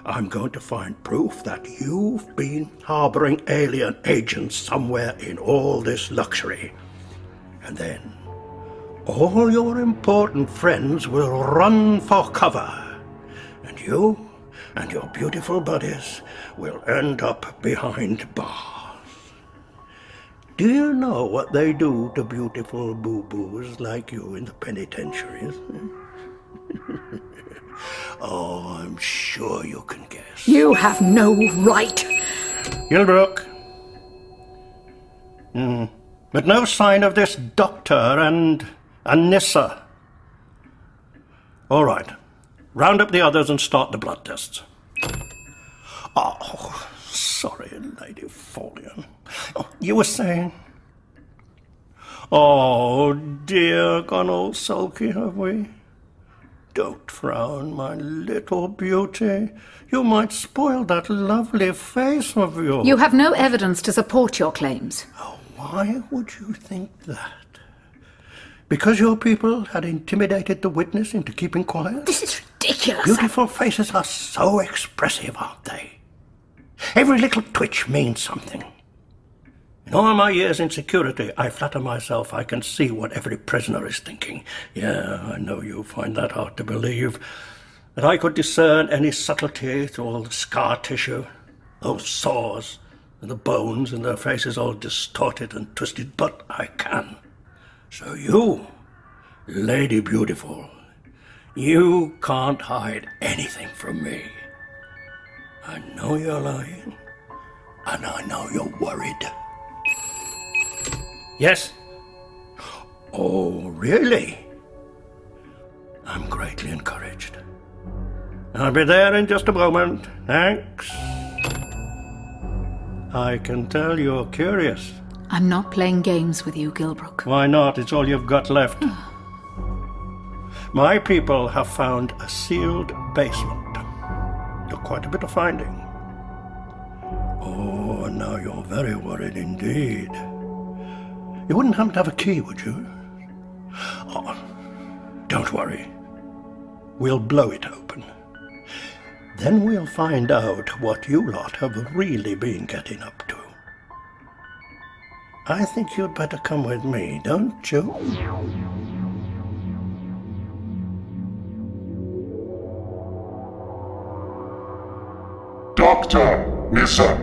I'm going to find proof that you've been harboring alien agents somewhere in all this luxury. And then all your important friends will run for cover, and you and your beautiful bodies will end up behind bars. Do you know what they do to beautiful boo boos like you in the penitentiaries? (laughs) oh, I'm sure you can guess.
You have no right.
Gilbrook. Hmm. But no sign of this doctor and Anissa. All right. Round up the others and start the blood tests. Oh, sorry, Lady Folian. Oh, you were saying? Oh, dear, gone all sulky, have we? Don't frown, my little beauty. You might spoil that lovely face of yours.
You have no evidence to support your claims.
Why would you think that? Because your people had intimidated the witness into keeping quiet?
This is ridiculous.
Beautiful faces are so expressive, aren't they? Every little twitch means something. In all my years in security, I flatter myself I can see what every prisoner is thinking. Yeah, I know you find that hard to believe. That I could discern any subtlety through all the scar tissue, those sores, and the bones in their faces all distorted and twisted, but I can. So you, Lady Beautiful, you can't hide anything from me. I know you're lying, and I know you're worried. Yes? Oh, really? I'm greatly encouraged. I'll be there in just a moment. Thanks. I can tell you're curious.
I'm not playing games with you, Gilbrook.
Why not? It's all you've got left. My people have found a sealed basement. Took quite a bit of finding. Oh, now you're very worried indeed. You wouldn't happen to have a key, would you? Oh, don't worry. We'll blow it open. Then we'll find out what you lot have really been getting up to. I think you'd better come with me, don't you?
Doctor Nissa,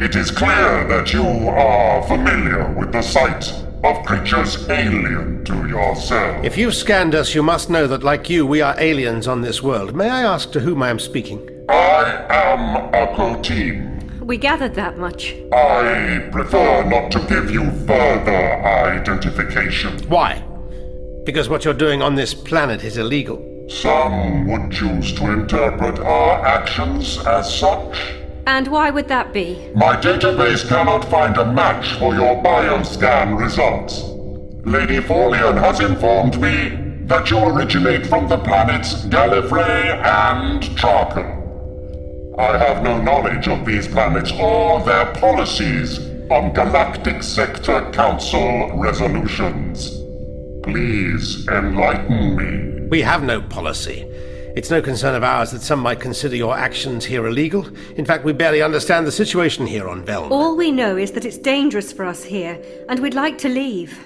it is clear that you are familiar with the sight of creatures alien to yourself.
If you've scanned us, you must know that, like you, we are aliens on this world. May I ask to whom I am speaking?
I am a Coteam.
We gathered that much.
I prefer not to give you further identification.
Why? Because what you're doing on this planet is illegal.
Some would choose to interpret our actions as such.
And why would that be?
My database cannot find a match for your bioscan results. Lady Folian has informed me that you originate from the planets Gallifrey and Charkel. I have no knowledge of these planets or their policies on Galactic Sector Council resolutions. Please enlighten me.
We have no policy. It's no concern of ours that some might consider your actions here illegal. In fact, we barely understand the situation here on Velm.
All we know is that it's dangerous for us here, and we'd like to leave.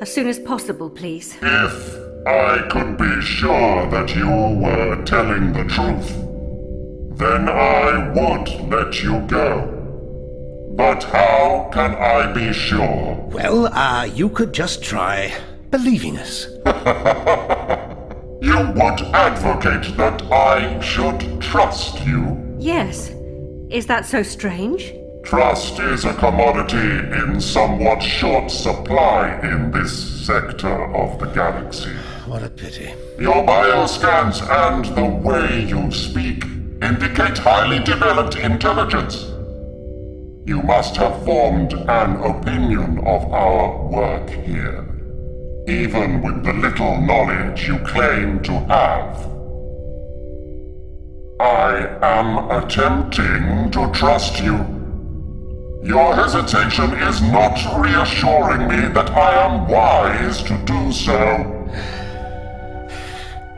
As soon as possible, please.
If I could be sure that you were telling the truth, then I would let you go. But how can I be sure?
Well, uh, you could just try believing us.
(laughs) You would advocate that I should trust you.
Yes. Is that so strange?
Trust is a commodity in somewhat short supply in this sector of the galaxy.
Oh.
What a pity.
Your bioscans and the way you speak indicate highly developed intelligence. You must have formed an opinion of our work here, even with the little knowledge you claim to have. I am attempting to trust you. Your hesitation is not reassuring me that I am wise to do so.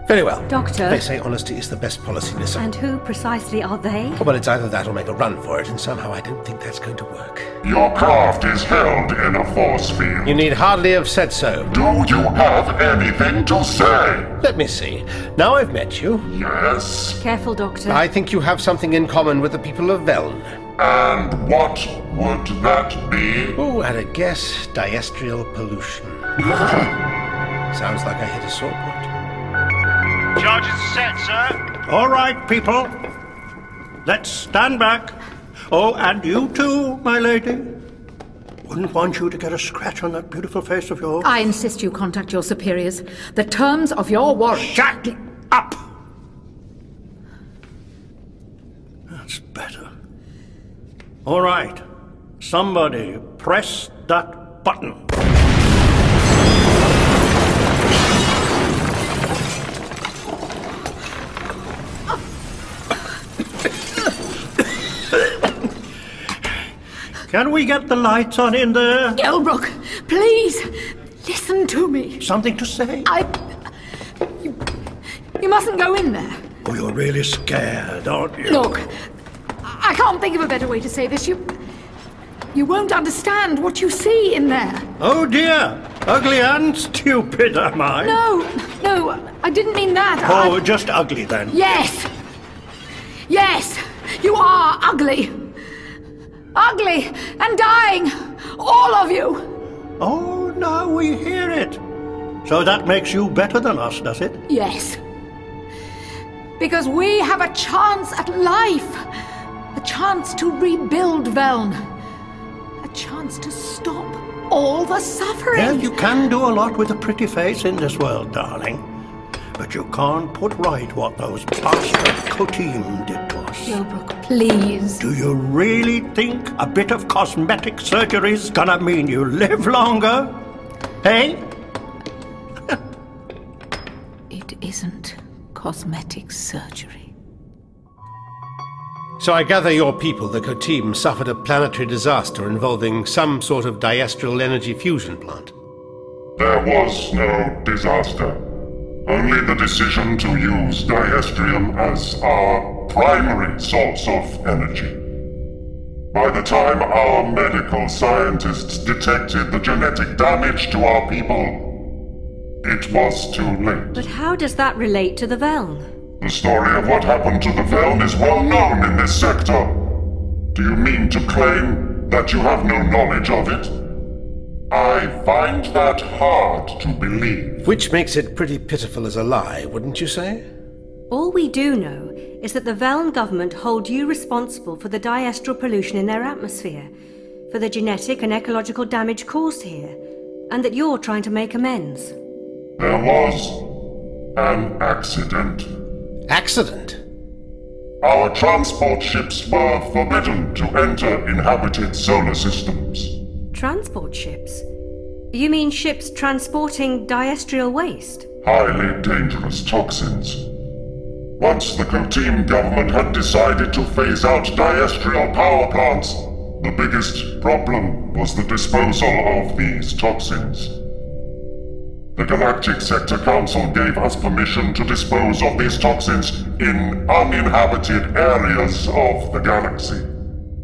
Very well.
Doctor?
They say honesty is the best policy, Nissa.
And who precisely are they?
Well, it's either that or make a run for it, and somehow I don't think that's going to work.
Your craft is held in a force field.
You need hardly have said so.
Do you have anything to say?
Let me see. Now I've met you.
Yes.
Careful, Doctor.
I think you have something in common with the people of Veln.
And what would that be?
Oh, at a guess, diestrial
(laughs)
pollution. Sounds like I hit a sore point.
Charges set, sir.
All right, people. Let's stand back. Oh, and you too, my lady. Wouldn't want you to get a scratch on that beautiful face of yours.
I insist you contact your superiors. The terms of your warrant.
Shut up! That's better. All right. Somebody press that button. Can we get the lights on in there?
Gelbrook, please, listen to me.
Something to say?
I. You, you mustn't go in there.
Oh, you're really scared, aren't you?
Look, I can't think of a better way to say this. You. You won't understand what you see in there.
Oh dear! Ugly and stupid, am I?
No, no, I didn't mean that. I-
Oh, just ugly then.
Yes! Yes! You are ugly! Ugly and dying! All of you!
Oh, now we hear it. So that makes you better than us, does it?
Yes. Because we have a chance at life! A chance to rebuild Veln! A chance to stop all the suffering!
Well, you can do a lot with a pretty face in this world, darling. But you can't put right what those bastard Kotim did to us.
Gilbrook, please.
Do you really think a bit of cosmetic surgery's gonna mean you live longer? Hey?
It isn't cosmetic surgery.
So I gather your people, the Kotim, suffered a planetary disaster involving some sort of diastral energy fusion plant.
There was no disaster. Only the decision to use Diestrium as our primary source of energy. By the time our medical scientists detected the genetic damage to our people, it was too late.
But how does that relate to the Veln?
The story of what happened to the Veln is well known in this sector. Do you mean to claim that you have no knowledge of it? I find that hard to believe.
Which makes it pretty pitiful as a lie, wouldn't you say?
All we do know is that the Veln government hold you responsible for the diastral pollution in their atmosphere, for the genetic and ecological damage caused here, and that you're trying to make amends.
There was an accident.
Accident?
Our transport ships were forbidden to enter inhabited solar systems.
Transport ships? You mean ships transporting diastral waste?
Highly dangerous toxins. Once the Koteem government had decided to phase out diastral power plants, the biggest problem was the disposal of these toxins. The Galactic Sector Council gave us permission to dispose of these toxins in uninhabited areas of the galaxy.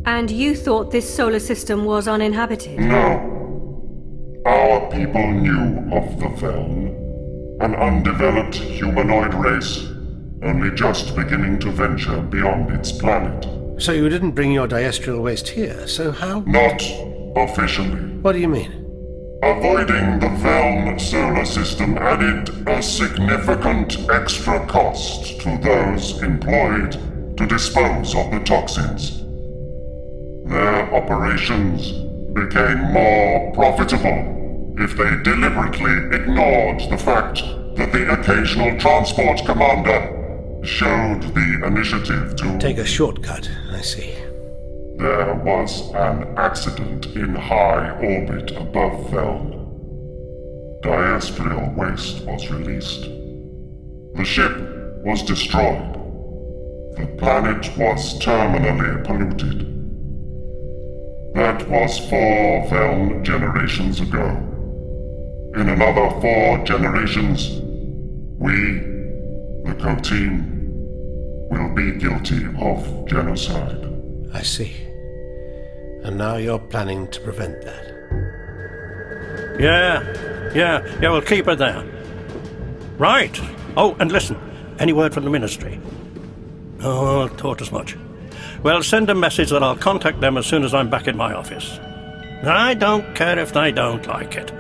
And you thought this solar system was uninhabited?
No. Our people knew of the Veln, an undeveloped humanoid race, only just beginning to venture beyond its planet.
So you didn't bring your diastral waste here, so how?
Not officially.
What do you mean?
Avoiding the Veln solar system added a significant extra cost to those employed to dispose of the toxins. Their operations became more profitable if they deliberately ignored the fact that the occasional transport commander showed the initiative to.
Take a shortcut, I see.
There was an accident in high orbit above Veln. Diastral waste was released. The ship was destroyed. The planet was terminally polluted. That was four Veln generations ago. In another four generations, we The Coteam will be guilty of genocide.
I see. And now you're planning to prevent that.
Yeah, yeah, yeah, we'll keep it there. Right. Oh, and listen, any word from the ministry? Oh, taught as much. Well, send a message that I'll contact them as soon as I'm back in my office. I don't care if they don't like it.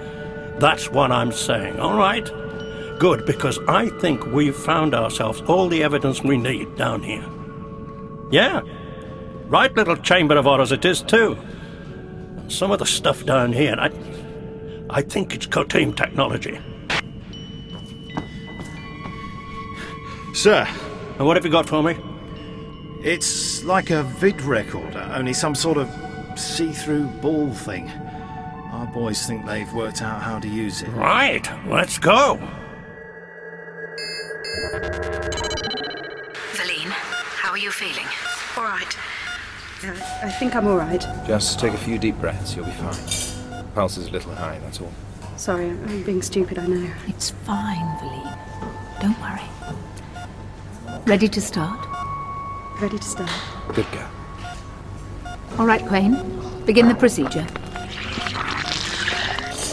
That's what I'm saying, all right? Good, because I think we've found ourselves all the evidence we need down here. Yeah. Right little chamber of horrors it is, too. And some of the stuff down here, I, I think it's Coteam technology.
Sir.
And what have you got for me?
It's like a vid recorder, only some sort of see through ball thing. Our boys think they've worked out how to use it.
Right, let's go.
Valine, how are you feeling?
All right. Uh, I think I'm all right.
Just take a few deep breaths, you'll be fine. Pulse is a little high, that's all.
Sorry, I'm being stupid, I know.
It's fine, Valine. Don't worry. Ready to start?
Ready to start.
Good girl.
All right, Quain. Begin the procedure.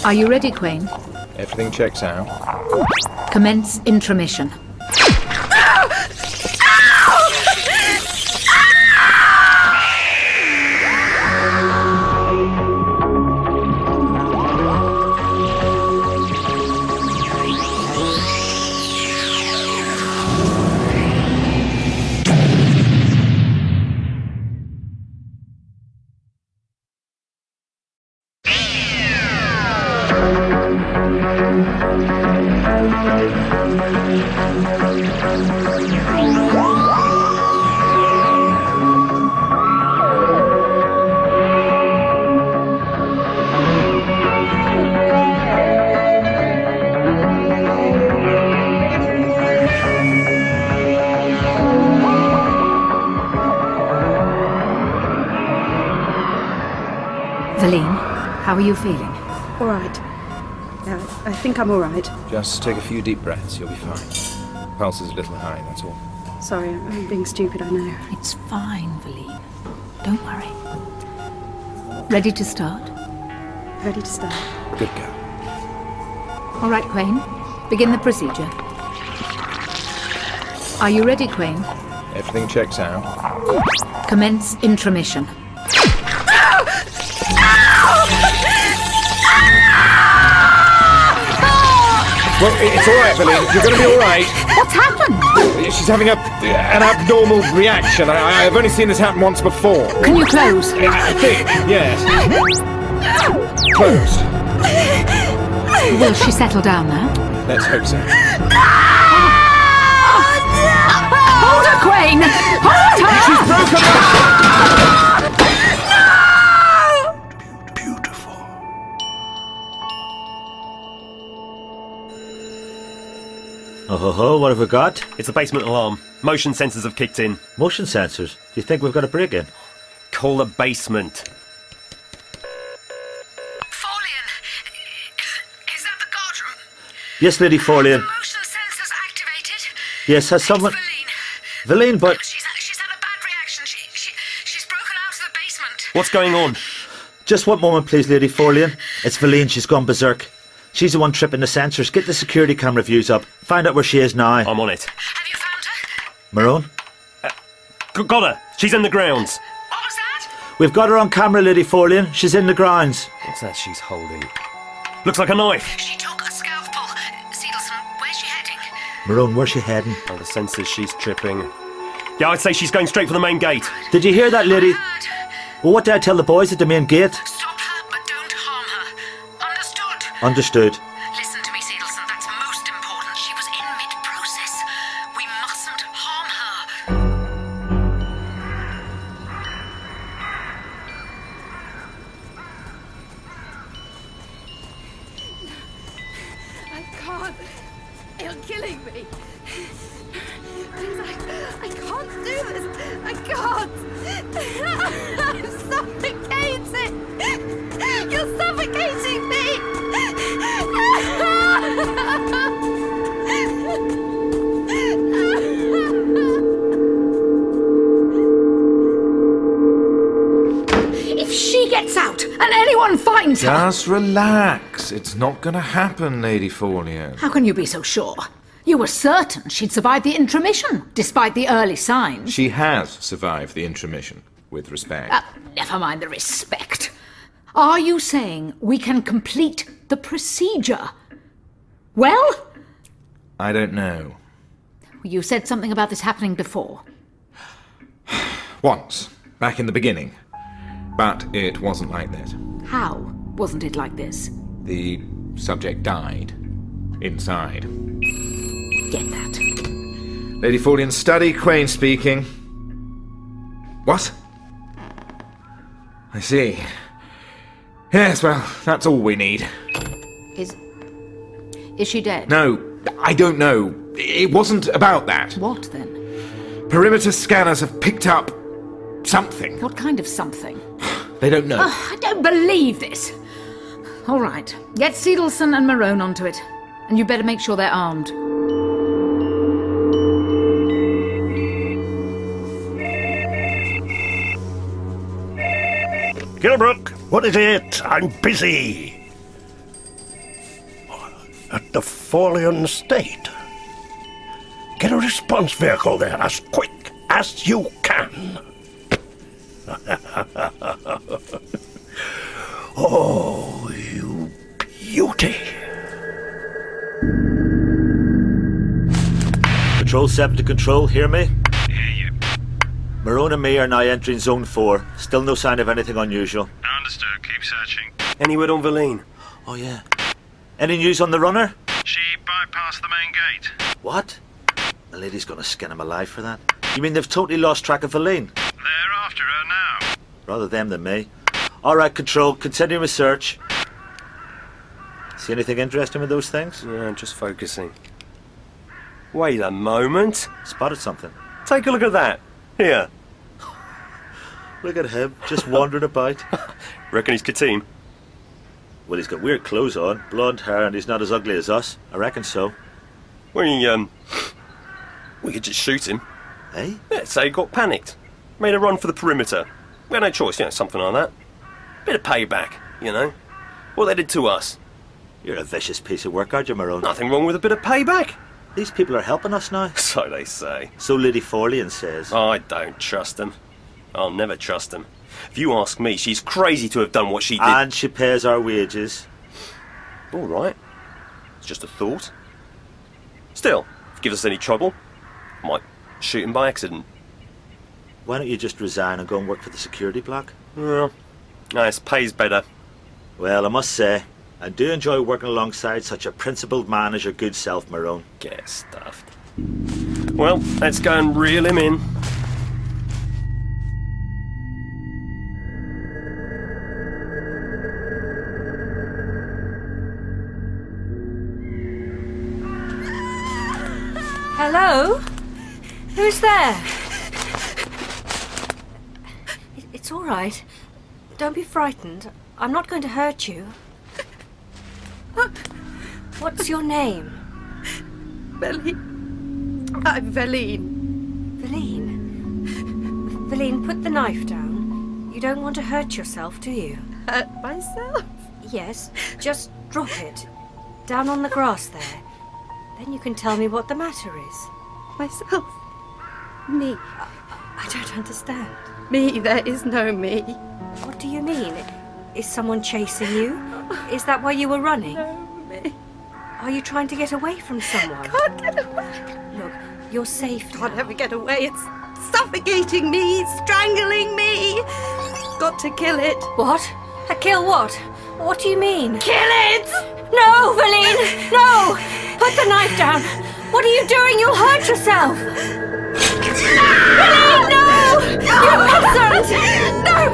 Are you ready, Quain?
Everything checks out.
Commence intromission. Valine, how are you feeling?
All right. Uh, I think I'm all right.
Just take a few deep breaths, you'll be fine. Pulse is a little high, that's all.
Sorry, I'm being stupid, I know.
It's fine, Valine. Don't worry. Ready to start?
Ready to start.
Good girl.
All right, Quain. Begin the procedure. Are you ready, Quain?
Everything checks out.
Commence intromission.
Well, i- it's all right, Valine. You're going to be all right.
What's happened?
She's having a an abnormal reaction. I, I've only seen this happen once before.
Can you close?
I think, yes. Closed.
Will she settle down now?
Let's hope so.
Hold her, Quain! Hold her! She's
broken
Oh ho ho, what have we got?
It's the basement alarm. Motion sensors have kicked in.
Motion sensors? Do you think we've got a break in?
Call the basement.
Yes, Lady Forlean. Yes, has someone. Valine, but.
What's going on?
Just one moment, please, Lady Forlean. It's Valine, she's gone berserk. She's the one tripping the sensors. Get the security camera views up. Find out where she is now. I'm
on it. Uh,
Marone?
G- got her. She's in the grounds.
We've got her on camera, Lady Forlean. She's in the grounds.
What's that she's holding? Looks like a knife.
Marone, where's she heading?
Oh, the sensors, she's tripping. Yeah, I'd say she's going straight for the main gate.
Did you hear that, lady? Well, what did I tell the boys at the main gate? Understood.
Listen to me, Sedelson. That's most important. She was in mid process. We mustn't harm her.
I can't. You're killing me. Please, I, I can't do this. I can't. (laughs) I'm suffocating. You're suffocating me.
find her.
Just relax. It's not going to happen, Lady Forleo.
How can you be so sure? You were certain she'd survive the intermission, despite the early signs.
She has survived the intermission, with respect.
Uh, never mind the respect. Are you saying we can complete the procedure? Well,
I don't know.
you said something about this happening before.
Once, back in the beginning. But it wasn't like that.
How wasn't it like this?
The subject died. Inside.
Get that.
Lady Forlian study, Quain speaking. What? I see. Yes, well, that's all we need.
Is. Is she dead?
No, I don't know. It wasn't about that.
What then?
Perimeter scanners have picked up something.
What kind of something?
They don't know.
Ugh, I don't believe this. All right, get Siedelson and Marone onto it. And you better make sure they're armed.
Gilbrook, what is it? I'm busy. At the Forlian State. Get a response vehicle there as quick as you can. (laughs) oh, you beauty.
Patrol 7 to control, hear me? Marone and me are now entering Zone 4. Still no sign of anything unusual.
Understood. Keep searching.
Any word on Verlaine? Oh, yeah. Any news on the runner?
Ah.
She bypassed the main gate.
What? The lady's gonna skin him alive for that. You mean they've totally lost track of Verlaine?
They're after her now.
Rather them than me. Alright, Control, continue with search. See anything interesting with those things?
Yeah, just focusing. Wait a moment.
Spotted something.
Take a look at that. Here.
(laughs) Look at him, just wandering about.
(laughs) Reckon he's Katim.
Well, he's got weird clothes on, blonde hair, and he's not as ugly as us. I reckon so.
We, um. We could just shoot him.
Eh?
Yeah, say he got panicked. Made a run for the perimeter. We had no choice, you know, something like that. Bit of payback, you know. What they did to us.
You're a vicious piece of work, aren't you, Marone?
Nothing wrong with a bit of payback.
These people are helping us now.
(laughs) So they say.
So Lady Forlean says.
I don't trust them. I'll never trust them. If you ask me, she's crazy to have done what she did.
And she pays our wages.
All right. It's just a thought. Still, if it gives us any trouble, might shoot him by accident.
Why don't you just resign and go and work for the security block?
Yeah. Nice, pays better.
Well, I must say, I do enjoy working alongside such a principled man as your good self, Marone.
Get stuffed. Well, let's go and reel him in.
Hello? Who's there? It- It's all right. Don't be frightened. I'm not going to hurt you. What's your name?
Belly. I'm Veline.
Valine. Valine, put the knife down. You don't want to hurt yourself, do you?
Hurt myself?
Yes, just drop it. Down on the grass there. Then you can tell me what the matter is.
Myself. Me.
I don't understand.
Me, there is no me.
What do you mean? Is someone chasing you? Is that why you were running?
Me.
Are you trying to get away from someone?
Can't get away.
Look, you're safe.
Can't ever get away. It's suffocating me, strangling me. Got to kill it.
What? A kill what? What do you mean?
Kill it!
No, Valine! No! Put the knife down! What are you doing? You'll hurt yourself! Valine, no! You peasant! No!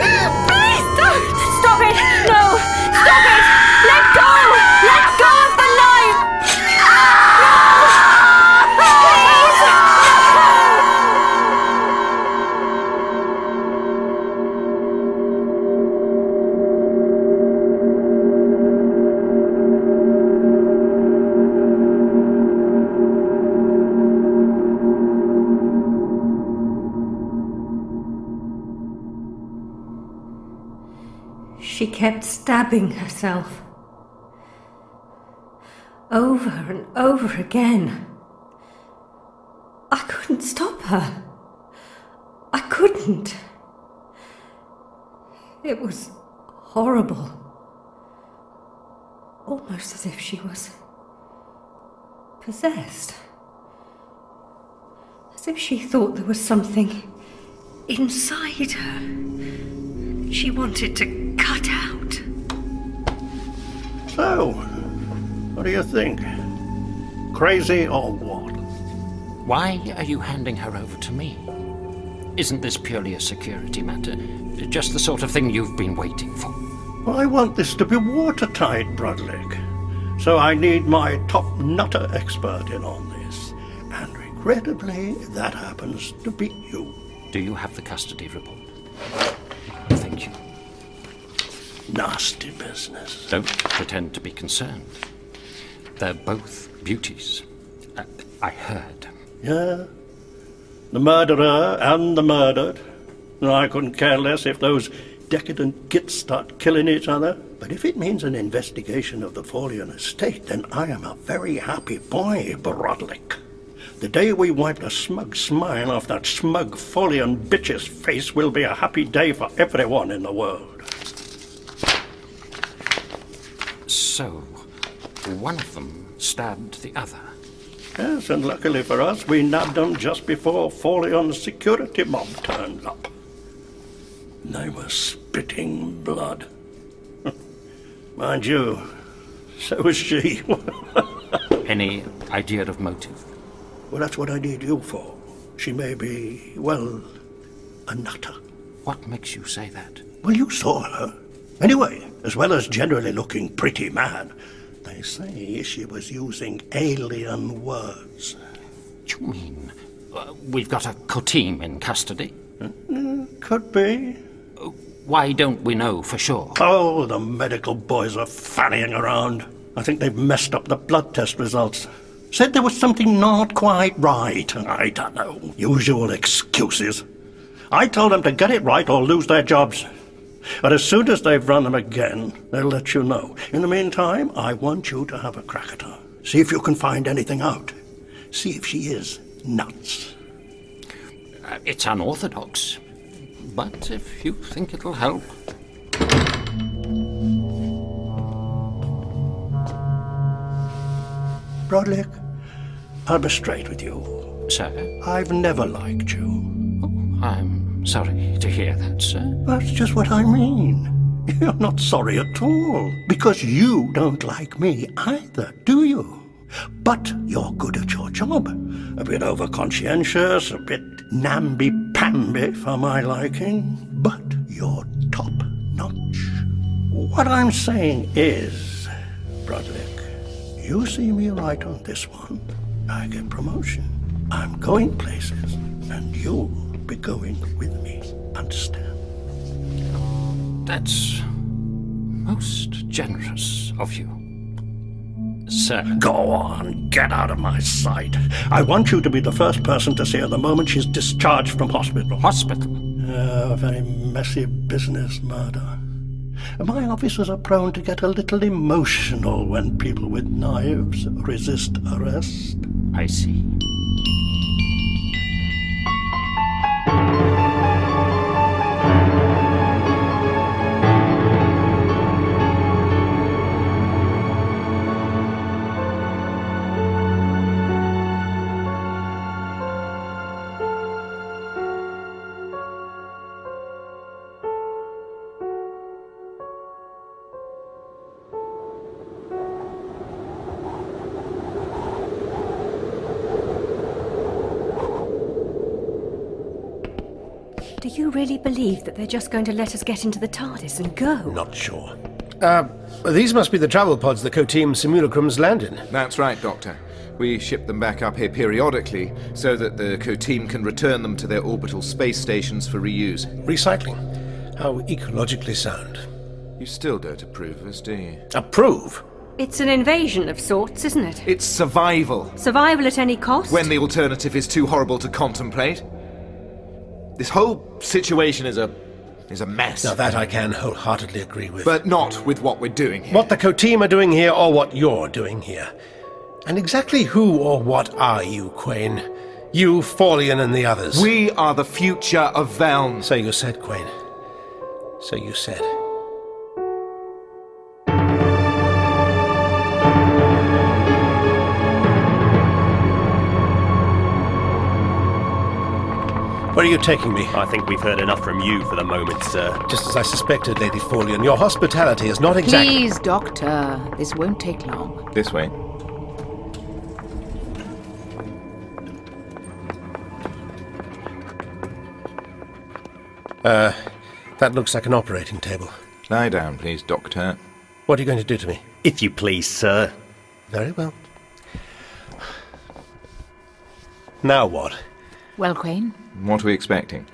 Please don't! Stop it! No! Stop it! Let go! Let go of the knife! No! Please! She kept stabbing herself. Over and over again. I couldn't stop her. I couldn't. It was horrible. Almost as if she was possessed. As if she thought there was something inside her. She wanted to cut out.
So, what do you think? Crazy or what?
Why are you handing her over to me? Isn't this purely a security matter? Just the sort of thing you've been waiting for.
Well, I want this to be watertight, Brudlick. So I need my top nutter expert in on this. And regrettably, that happens to be you.
Do you have the custody report? Thank you.
Nasty business.
Don't pretend to be concerned. They're both beauties. I, I heard.
Yeah. The murderer and the murdered. And I couldn't care less if those decadent gits start killing each other. But if it means an investigation of the Folian estate, then I am a very happy boy, Brodlick. The day we wiped a smug smile off that smug Folian bitch's face will be a happy day for everyone in the world.
So, one of them stabbed the other.
Yes, and luckily for us, we nabbed 'em just before Folian's security mob turned up. They were spitting blood. (laughs) Mind you, so was she. (laughs)
Any idea of motive?
Well, that's what I need you for. She may be, well, a nutter.
What makes you say that?
Well, you saw her. Anyway, as well as generally looking pretty mad, they say she was using alien words.
You mean uh, we've got a Cotim in custody?
Hmm?
Oh,
Could be.
Why don't we know for sure?
Oh, the medical boys are fannying around. I think they've messed up the blood test results. Said there was something not quite right. I don't know. Usual excuses. I told them to get it right or lose their jobs. But as soon as they've run them again, they'll let you know. In the meantime, I want you to have a crack at her. See if you can find anything out. See if she is nuts.
Uh, It's unorthodox, but if you think it'll help.
Brodlick, I'll be straight with you.
Sir,
I've never liked you.
I'm sorry to hear that, sir.
That's just what I mean. You're not sorry at all, because you don't like me either, do you? But you're good at your job. A bit over conscientious, a bit namby pamby for my liking, but you're top notch. What I'm saying is, Broderick, you see me right on this one, I get promotion. I'm going places, and you'll be going with me. Understand?
That's most generous of you. Sir.
Go on, get out of my sight. I want you to be the first person to see her the moment she's discharged from hospital.
Hospital?
A Oh, very messy business murder. My officers are prone to get a little emotional when people with knives resist arrest.
I see.
Do you really believe that they're just going to let us get into the TARDIS and go?
Not sure. Uh, these must be the travel pods the Coteam simulacrums land in.
That's right, Doctor. We ship them back up here periodically so that the Co-Team can return them to their orbital space stations for reuse.
Recycling. How ecologically sound.
You still don't approve of us, do you?
Approve?
It's an invasion of sorts, isn't it?
It's survival.
Survival at any cost?
When the alternative is too horrible to contemplate. This whole situation is a is a mess.
Now that I can wholeheartedly agree with.
But not with what we're doing here.
What the Koteem are doing here or what you're doing here. And exactly who or what are you, Quain? You, Forlian, and the others.
We are the future of Velm.
So you said, Quain. So you said. Where are you taking me?
I think we've heard enough from you for the moment, sir.
Just as I suspected, Lady Forlian, your hospitality is not exactly.
Please, Doctor. This won't take long.
This way.
Uh, that looks like an operating table.
Lie down, please, Doctor.
What are you going to do to me?
If you please, sir.
Very well. Now what?
Well, Quain,
What are we expecting?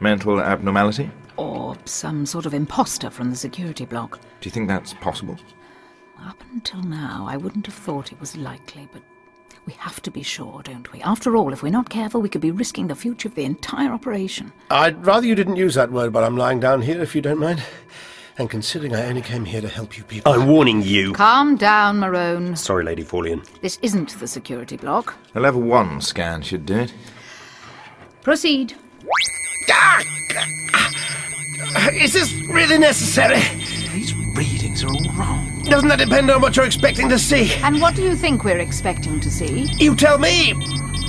Mental abnormality?
or some sort of imposter from the security block.
Do you think that's possible?
Up until now, I wouldn't have thought it was likely, but we have to be sure, don't we? After all, if we're not careful, we could be risking the future of the entire operation.
I'd rather you didn't use that word while I'm lying down here, if you don't mind. And considering I only came here to help you people.
I'm warning you.
Calm down, Marone.
Sorry, Lady Forlian.
This isn't the security block.
A level 1 scan should do it.
Proceed.
Oh, ah! Is this really necessary?
These readings are all wrong.
Doesn't that depend on what you're expecting to see?
And what do you think we're expecting to see?
You tell me!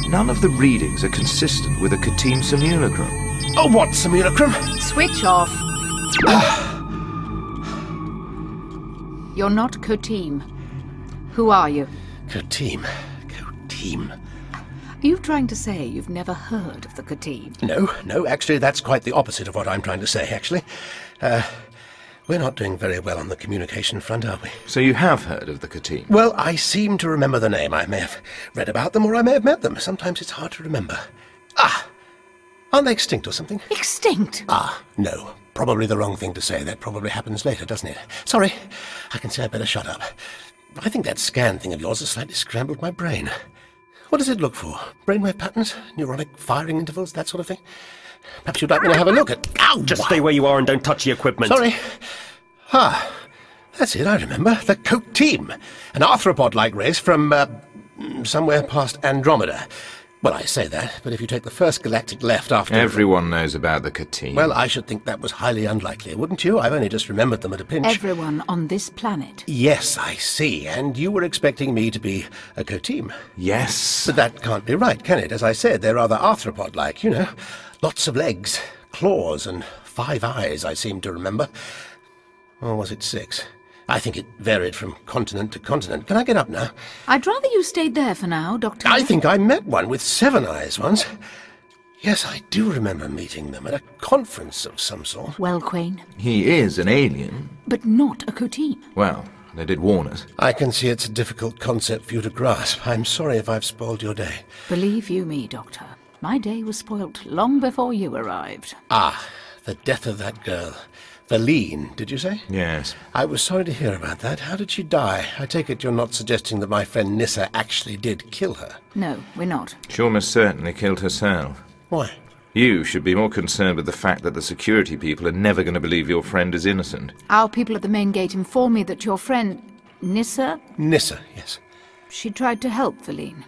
None of the readings are consistent with a Katim simulacrum.
Oh, what, simulacrum?
Switch off. (sighs) You're not Koteem. Who are you?
Koteem. Koteem.
Are you trying to say you've never heard of the Koteem?
No, no, actually, that's quite the opposite of what I'm trying to say, actually. Uh, we're not doing very well on the communication front, are we?
So you have heard of the Katim?
Well, I seem to remember the name. I may have read about them or I may have met them. Sometimes it's hard to remember. Ah! Aren't they extinct or something?
Extinct?
Ah, no. Probably the wrong thing to say. That probably happens later, doesn't it? Sorry. I can say I better shut up. I think that scan thing of yours has slightly scrambled my brain. What does it look for? Brainwave patterns? Neuronic firing intervals? That sort of thing? Perhaps you'd like me to have a look at. Ow!
Just stay where you are and don't touch the equipment.
Sorry. Ah, that's it, I remember. The Coat Team. An arthropod like race from uh, somewhere past Andromeda. Well, I say that, but if you take the first galactic left after.
Everyone knows about the Katim.
Well, I should think that was highly unlikely, wouldn't you? I've only just remembered them at a pinch.
Everyone on this planet.
yes, I see. And you were expecting me to be a Koteem.
Yes.
But that can't be right, can it? As I said, they're rather arthropod like, you know. Lots of legs, claws, and five eyes, I seem to remember. Or was it six? I think it varied from continent to continent. Can I get up now?
I'd rather you stayed there for now, Doctor.
I think I met one with seven eyes once. Yes, I do remember meeting them at a conference of some sort.
Well, Quain,
He is an alien.
but not a Koteem.
Well, they did warn us.
I can see it's a difficult concept for you to grasp. I'm sorry if I've spoiled your day.
Believe you me, Doctor. My day was spoilt long before you arrived.
Ah, the death of that girl. Valine, did you say?
Yes.
I was sorry to hear about that. How did she die? I take it you're not suggesting that my friend Nissa actually did kill her.
No, we're not.
She almost certainly killed herself.
Why?
You should be more concerned with the fact that the security people are never going to believe your friend is innocent.
Our people at the main gate inform me that your friend, Nissa,
Nissa, yes.
she tried to help Valine.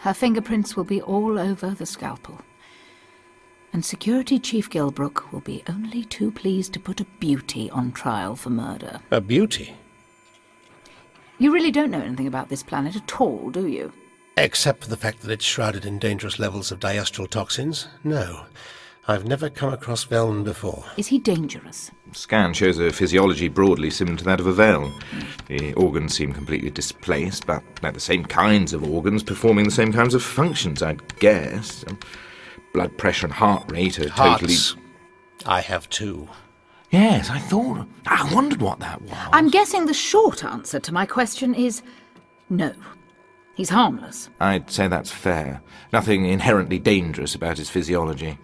Her fingerprints will be all over the scalpel. And Security Chief Gilbrook will be only too pleased to put a beauty on trial for murder.
A beauty.
You really don't know anything about this planet at all, do you?
Except for the fact that it's shrouded in dangerous levels of diastral toxins? No. I've never come across Velm before.
Is he dangerous?
Scan shows a physiology broadly similar to that of a veil. The organs seem completely displaced, but they're the same kinds of organs performing the same kinds of functions, I'd guess. Um, Blood pressure and heart rate are
Hearts.
totally.
I have two.
Yes, I thought. I wondered what that was.
I'm guessing the short answer to my question is no. He's harmless.
I'd say that's fair. Nothing inherently dangerous about his physiology.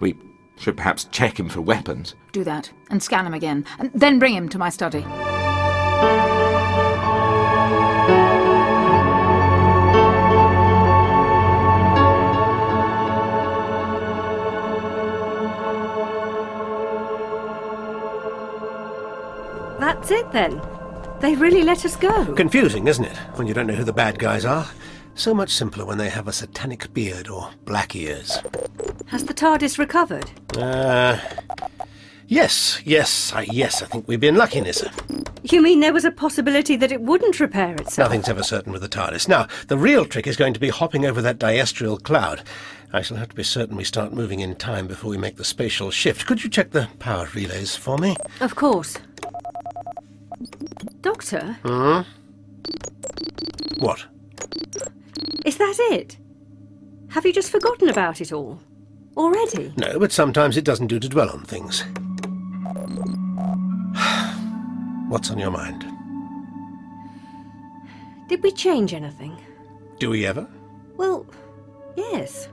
We should perhaps check him for weapons.
Do that, and scan him again, and then bring him to my study.
then? They really let us go.
Confusing, isn't it, when you don't know who the bad guys are? So much simpler when they have a satanic beard or black ears.
Has the TARDIS recovered?
Uh. Yes, yes, I, yes, I think we've been lucky, Nissa.
You mean there was a possibility that it wouldn't repair itself?
Nothing's ever certain with the TARDIS. Now, the real trick is going to be hopping over that diastral cloud. I shall have to be certain we start moving in time before we make the spatial shift. Could you check the power relays for me?
Of course. Doctor,
Hmm? What?
is that it? Have you just forgotten about it all? Already?
No, but sometimes it doesn't do to dwell on things. (sighs) What's on your mind?
Did we change anything?
Do we ever?
Well, yes.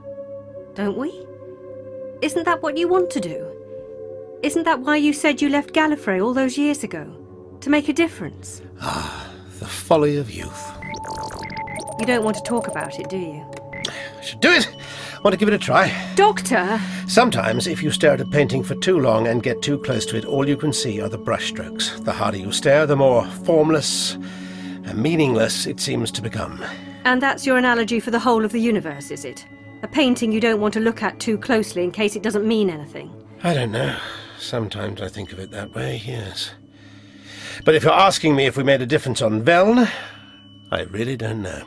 Don't we? Isn't that what you want to do? Isn't that why you said you left Gallifrey all those years ago? To make a difference?
Ah, The folly of youth.
You don't want to talk about it, do you?
Should do it! Want to give it a try?
Doctor!
Sometimes, if you stare at a painting for too long and get too close to it, all you can see are the brushstrokes. The harder you stare, the more formless and meaningless it seems to become.
And that's your analogy for the whole of the universe, is it? A painting you don't want to look at too closely in case it doesn't mean anything.
I don't know. Sometimes I think of it that way, yes. But if you're asking me if we made a difference on Veln, I really don't know.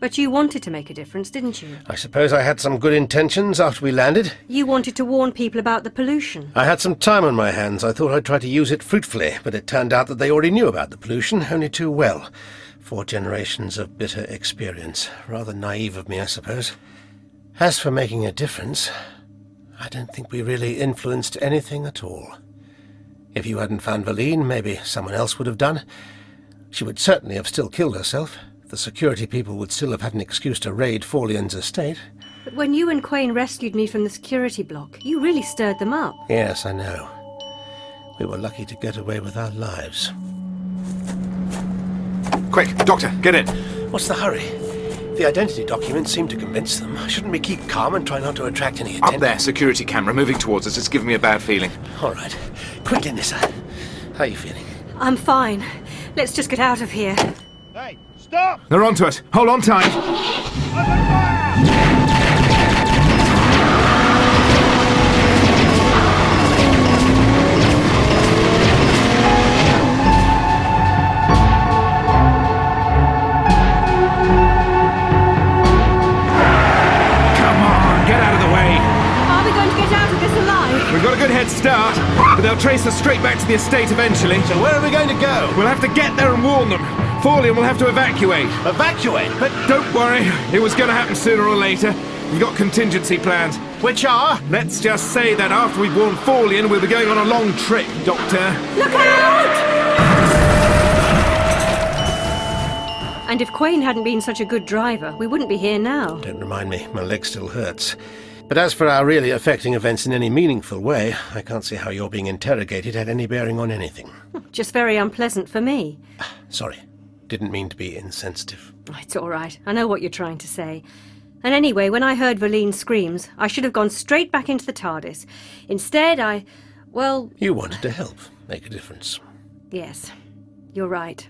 But you wanted to make a difference, didn't you?
I suppose I had some good intentions after we landed.
You wanted to warn people about the pollution.
I had some time on my hands. I thought I'd try to use it fruitfully, but it turned out that they already knew about the pollution, only too well. Four generations of bitter experience. Rather naive of me, I suppose. As for making a difference, I don't think we really influenced anything at all. If you hadn't found Valine, maybe someone else would have done. She would certainly have still killed herself. The security people would still have had an excuse to raid Forlian's estate.
But when you and Quain rescued me from the security block, you really stirred them up.
Yes, I know. We were lucky to get away with our lives. Quick, Doctor, get in. What's the hurry? The identity documents seem to convince them. Shouldn't we keep calm and try not to attract any
Up
attention?
there, security camera moving towards us. It's giving me a bad feeling.
All right. Quickly, Nissa. How are you feeling?
I'm fine. Let's just get out of here.
They're onto us. Hold on tight.
Get out of the way!
Are we going to get out of this alive?
We've got a good head start, but they'll trace us straight back to the estate eventually. So where are we going to go? We'll have to get there and warn them. Forlian will have to evacuate. Evacuate? But don't worry, it was going to happen sooner or later. We've got contingency plans. Which are? Let's just say that after we've warned Forlian, we'll be going on a long trip, Doctor.
Look out! And if Quain hadn't been such a good driver, we wouldn't be here now.
Don't remind me, my leg still hurts. But as for our really affecting events in any meaningful way, I can't see how your being interrogated had any bearing on anything.
Just very unpleasant for me.
Sorry. Didn't mean to be insensitive.
It's all right. I know what you're trying to say. And anyway, when I heard Valine's screams, I should have gone straight back into the TARDIS. Instead, I. Well,
You wanted to help, make a difference.
yes. You're right.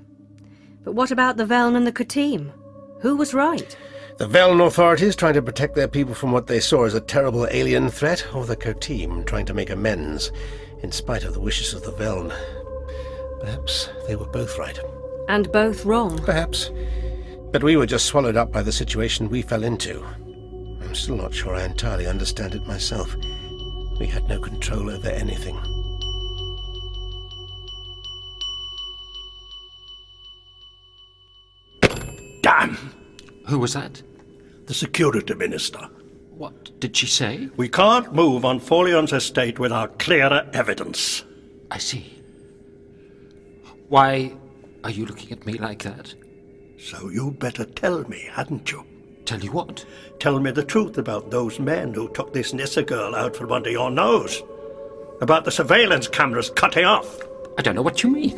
But what about the Veln and the Katim? Who was right?
The Veln authorities trying to protect their people from what they saw as a terrible alien threat, or the Kotim trying to make amends, in spite of the wishes of the Veln. Perhaps they were both right.
And both wrong.
Perhaps. But we were just swallowed up by the situation we fell into. I'm still not sure I entirely understand it myself. We had no control over anything.
Damn!
Who was that?
The security minister.
What did she say?
We can't move on Folian's estate without clearer evidence.
I see. Why are you looking at me like that?
So you'd better tell me, hadn't you?
Tell you what?
Tell me the truth about those men who took this Nissa girl out from under your nose. About the surveillance cameras cutting off.
I don't know what you mean.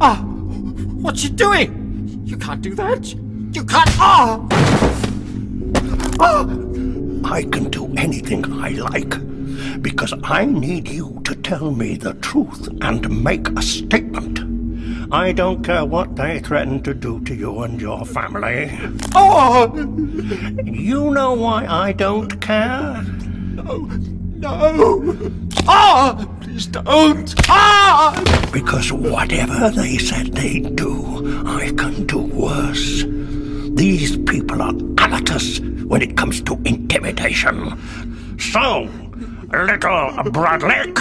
Ah! What you doing? You can't do that! You can't! Ah!
I can do anything I like. because I need you to tell me the truth and make a statement. I don't care what they threaten to do to you and your family. Oh! You know why I don't care?
No! Ah! Please don't! Ah!
Because whatever they said they'd do, I can do worse. These people are amateurs when it comes to intimidation. So, little Bradley,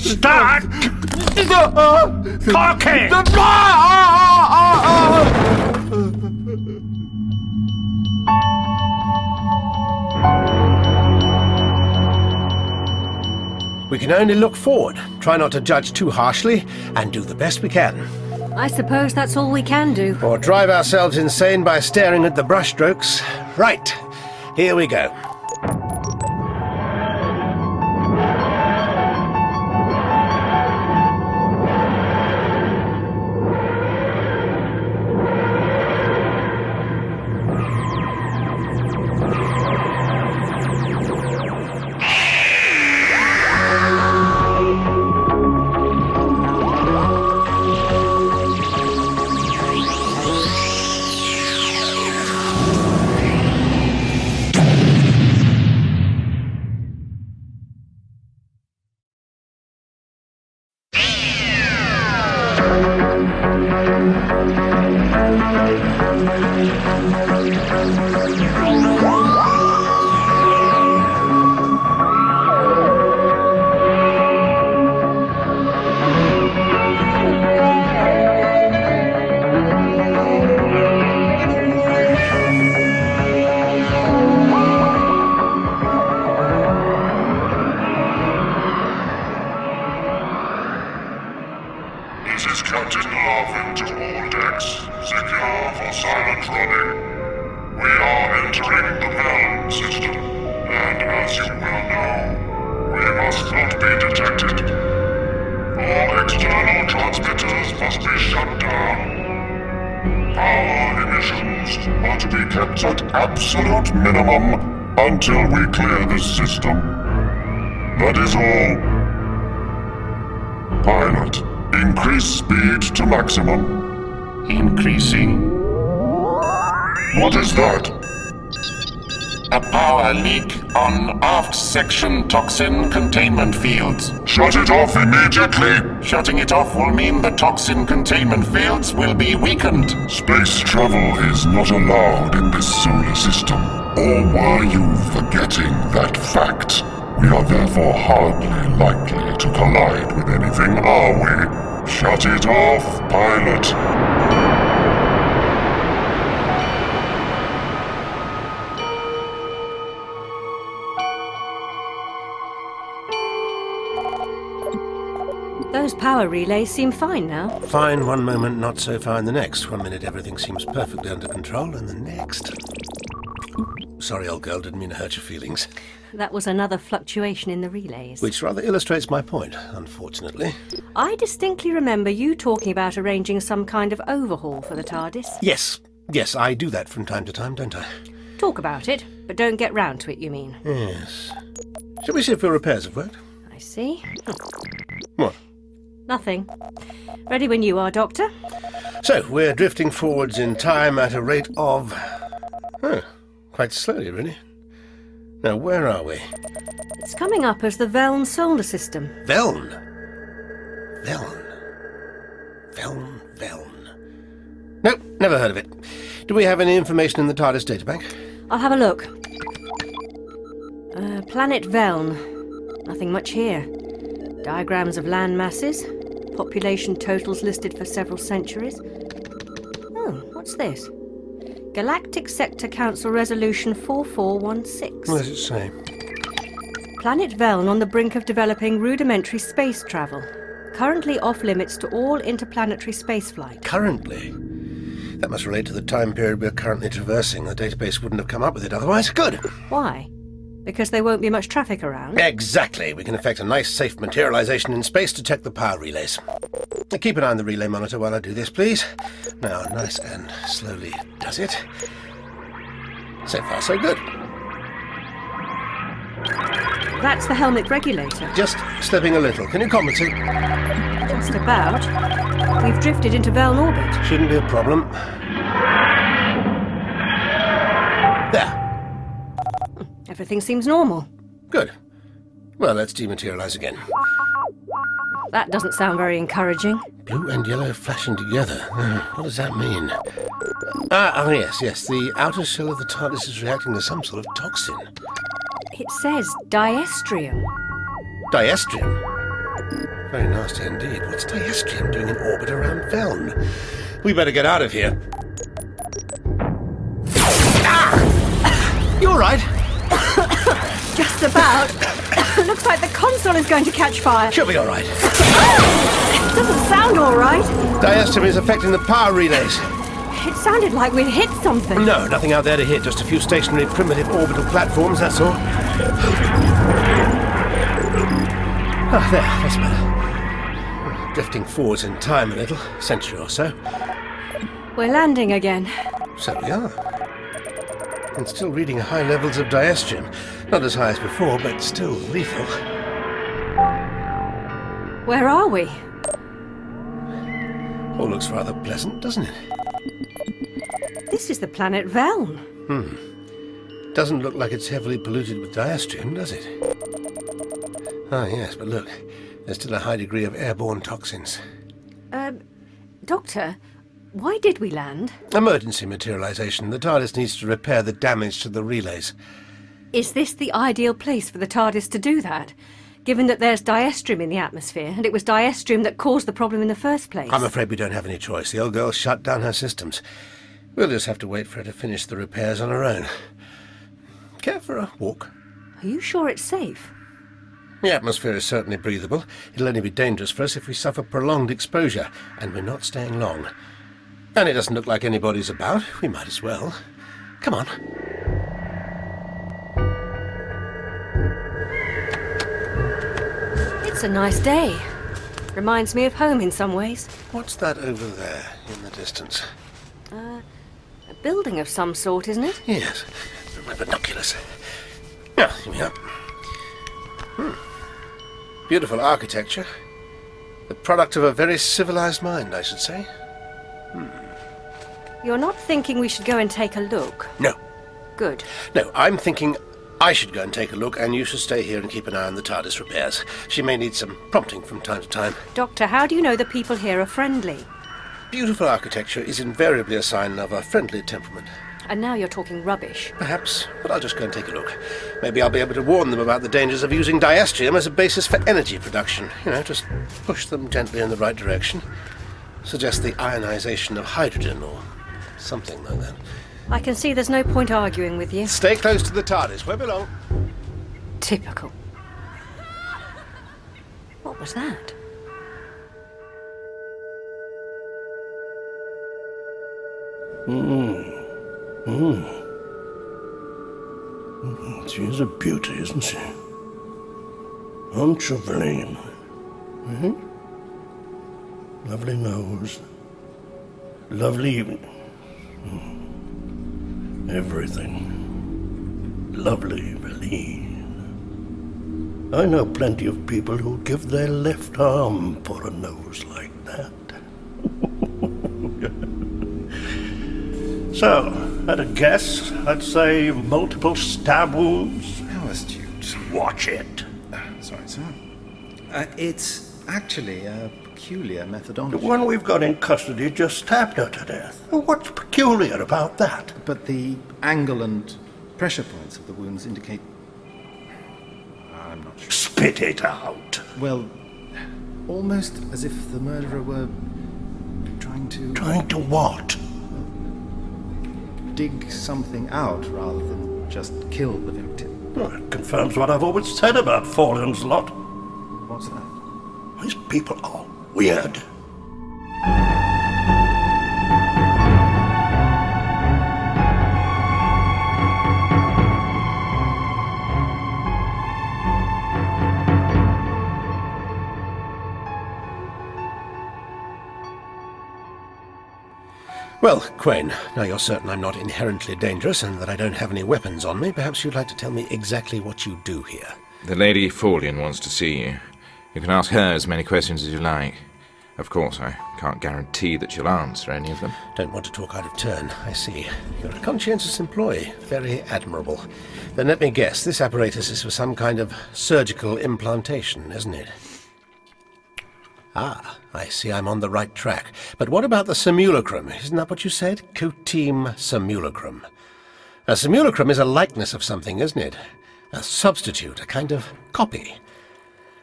start talking!
uh,
We can only look forward, try not to judge too harshly, and do the best we can.
I suppose that's all we can do.
Or drive ourselves insane by staring at the brushstrokes. Right, here we go.
This is Captain Marvin to all decks. Secure for silent running. We are entering the Helm system, and as you well know, we must not be detected. All external transmitters must be shut down. Power emissions are to be kept at absolute minimum until we clear this system. That is all. Pilot, increase speed to maximum. Increasing. What is that?
A power leak on aft section toxin containment fields.
Shut it off immediately!
Shutting it off will mean the toxin containment fields will be weakened.
Space travel is not allowed in this solar system, or were you forgetting that fact? We are therefore hardly likely to collide with anything, are we? Shut it off, pilot.
Those power relays seem fine now.
Fine one moment, not so fine the next. One minute everything seems perfectly under control, and the next. Sorry, old girl, didn't mean to hurt your feelings.
That was another fluctuation in the relays.
Which rather illustrates my point, unfortunately.
I distinctly remember you talking about arranging some kind of overhaul for the TARDIS.
Yes, yes, I do that from time to time, don't I?
Talk about it, but don't get round to it, you mean.
Yes. Shall we see if your repairs have worked?
I see.
Hmm. What?
Nothing. Ready when you are, Doctor.
So, we're drifting forwards in time at a rate of. Oh, quite slowly, really. Now, where are we?
It's coming up as the Veln solar system.
Veln! Veln. Veln, Veln. No, never heard of it. Do we have any information in the TARDIS databank?
I'll have a look. Uh, planet Veln. Nothing much here. Diagrams of land masses, population totals listed for several centuries. Oh, what's this? Galactic Sector Council Resolution 4416.
What does it say?
Planet Veln on the brink of developing rudimentary space travel. Currently off limits to all interplanetary spaceflight.
Currently. That must relate to the time period we're currently traversing. The database wouldn't have come up with it otherwise. Good!
Why? Because there won't be much traffic around.
Exactly. We can effect a nice, safe materialization in space to check the power relays. Now, Keep an eye on the relay monitor while I do this, please. Now, nice and slowly does it. So far, so good.
That's the helmet regulator.
Just stepping a little. Can you compensate?
Just about. We've drifted into Vell orbit.
Shouldn't be a problem. There.
Everything seems normal.
Good. Well, let's dematerialize again.
That doesn't sound very encouraging.
Blue and yellow flashing together. Hmm, What does that mean? Ah, ah, yes, yes. The outer shell of the TARDIS is reacting to some sort of toxin.
It says diestrium.
Diestrium. Very nasty indeed. What's diestrium doing in orbit around Veln? We better get out of here.
You're
(coughs)
right. Just about. Looks like the console is going to catch fire.
She'll be all right.
Doesn't sound all right.
Diestrium is affecting the power relays.
It sounded like we'd hit something.
No, nothing out there to hit. Just a few stationary primitive orbital platforms, that's all. Ah, there. That's better. Drifting forwards in time a little. Century or so.
We're landing again.
So we are. And still reading high levels of diestrium. Not as high as before, but still lethal.
Where are we?
All looks rather pleasant, doesn't it?
This is the planet Velm.
Hmm. Doesn't look like it's heavily polluted with diestrium, does it? Ah, yes, but look. There's still a high degree of airborne toxins.
Um, Doctor, why did we land?
Emergency materialization. The TARDIS needs to repair the damage to the relays.
Is this the ideal place for the TARDIS to do that? Given that there's diestrium in the atmosphere, and it was diestrium that caused the problem in the first place.
I'm afraid we don't have any choice. The old girl shut down her systems. We'll just have to wait for her to finish the repairs on her own. Care for a walk?
Are you sure it's safe?
The atmosphere is certainly breathable. It'll only be dangerous for us if we suffer prolonged exposure, and we're not staying long. And it doesn't look like anybody's about. We might as well. Come on.
It's a nice day. Reminds me of home in some ways.
What's that over there in the distance?
Uh, a building of some sort, isn't it?
Yes. My binoculars. Ah, here we are. Hmm. Beautiful architecture. The product of a very civilized mind, I should say. Hmm.
You're not thinking we should go and take a look?
No.
Good.
No, I'm thinking I should go and take a look, and you should stay here and keep an eye on the TARDIS repairs. She may need some prompting from time to time.
Doctor, how do you know the people here are friendly?
Beautiful architecture is invariably a sign of a friendly temperament.
And now you're talking rubbish.
Perhaps, but I'll just go and take a look. Maybe I'll be able to warn them about the dangers of using diestrium as a basis for energy production. You know, just push them gently in the right direction. Suggest the ionization of hydrogen or something like that.
I can see there's no point arguing with you.
Stay close to the TARDIS. Where belong?
Typical. What was that?
Mm. Mm. Mm, She is a beauty, isn't she? Untraveling. Mm-hmm. Lovely nose. Lovely. mm, Everything. Lovely, Valine. I know plenty of people who give their left arm for a nose like that. (laughs) So, at a guess, I'd say multiple stab wounds.
How astute.
Watch it.
Sorry, sir. Uh, it's actually a peculiar methodology.
The one we've got in custody just stabbed her to death. What's peculiar about that?
But the angle and pressure points of the wounds indicate. I'm not sure.
Spit it out.
Well, almost as if the murderer were trying to.
Trying to what?
Dig something out rather than just kill the victim.
Well, it confirms what I've always said about Fallen's lot.
What's that?
These people are weird.
Well, Quain, now you're certain I'm not inherently dangerous and that I don't have any weapons on me, perhaps you'd like to tell me exactly what you do here.
The Lady Forlian wants to see you. You can ask her as many questions as you like. Of course, I can't guarantee that she'll answer any of them.
Don't want to talk out of turn, I see. You're a conscientious employee. Very admirable. Then let me guess, this apparatus is for some kind of surgical implantation, isn't it? Ah, I see I'm on the right track. But what about the simulacrum? Isn't that what you said? Coteam simulacrum. A simulacrum is a likeness of something, isn't it? A substitute, a kind of copy.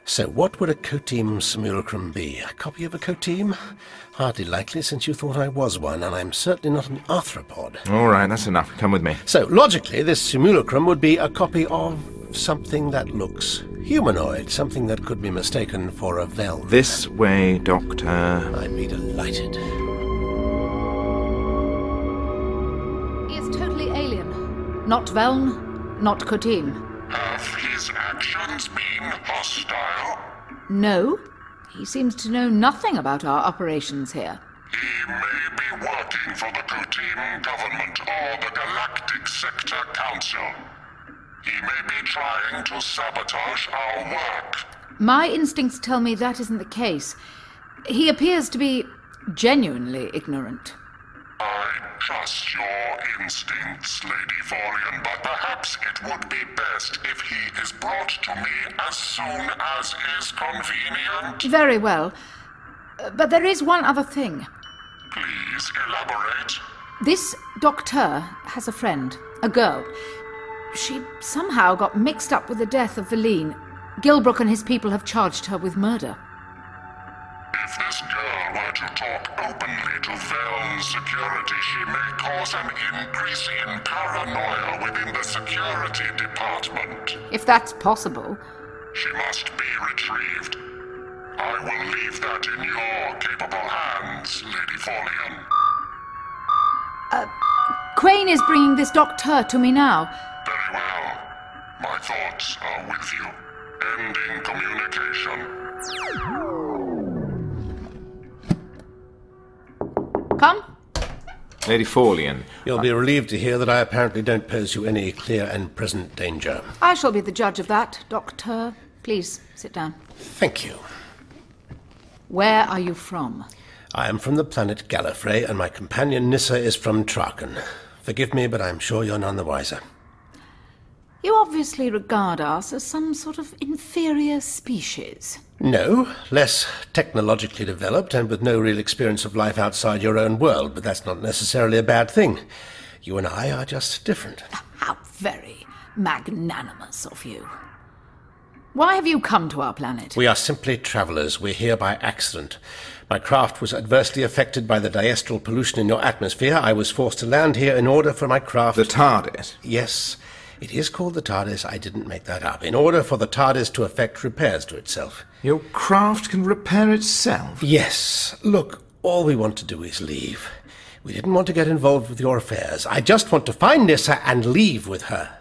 So what would a coteam simulacrum be? A copy of a coteam? Hardly likely, since you thought I was one, and I'm certainly not an arthropod.
All right, that's enough. Come with me.
So, logically, this simulacrum would be a copy of something that looks humanoid, something that could be mistaken for a velvet.
This way, Doctor.
I'd be delighted.
He is totally alien. Not Veln, not Cotim.
Have his actions been hostile?
No, he seems to know nothing about our operations here.
He may be working for the Kutim government or the Galactic Sector Council. He may be trying to sabotage our work.
My instincts tell me that isn't the case. He appears to be genuinely ignorant.
I trust your instincts, Lady Vorian, but perhaps it would be best if he is brought to me as soon as is convenient.
Very well. Uh, But there is one other thing.
Please elaborate.
This doctor has a friend, a girl. She somehow got mixed up with the death of Valine. Gilbrook and his people have charged her with murder.
If this girl were to talk openly to Vel's security, she may cause an increase in paranoia within the security department.
If that's possible.
She must be retrieved. I will leave that in your capable hands, Lady Forlean.
Crane is bringing this doctor to me now.
Very well. My thoughts are with you. Ending communication.
Come.
Lady Forlian.
You'll be relieved to hear that I apparently don't pose you any clear and present danger.
I shall be the judge of that, Doctor. Please sit down.
Thank you.
Where are you from?
I am from the planet Gallifrey, and my companion Nissa is from Trakan. Forgive me, but I'm sure you're none the wiser.
You obviously regard us as some sort of inferior species.
No, less technologically developed and with no real experience of life outside your own world, but that's not necessarily a bad thing. You and I are just different.
How very magnanimous of you. Why have you come to our planet?
We are simply travelers. We're here by accident. My craft was adversely affected by the diastral pollution in your atmosphere. I was forced to land here in order for my craft. The
TARDIS?
Yes. It is called the TARDIS. I didn't make that up. In order for the TARDIS to effect repairs to itself.
Your craft can repair itself?
Yes. Look, all we want to do is leave. We didn't want to get involved with your affairs. I just want to find Nissa and leave with her.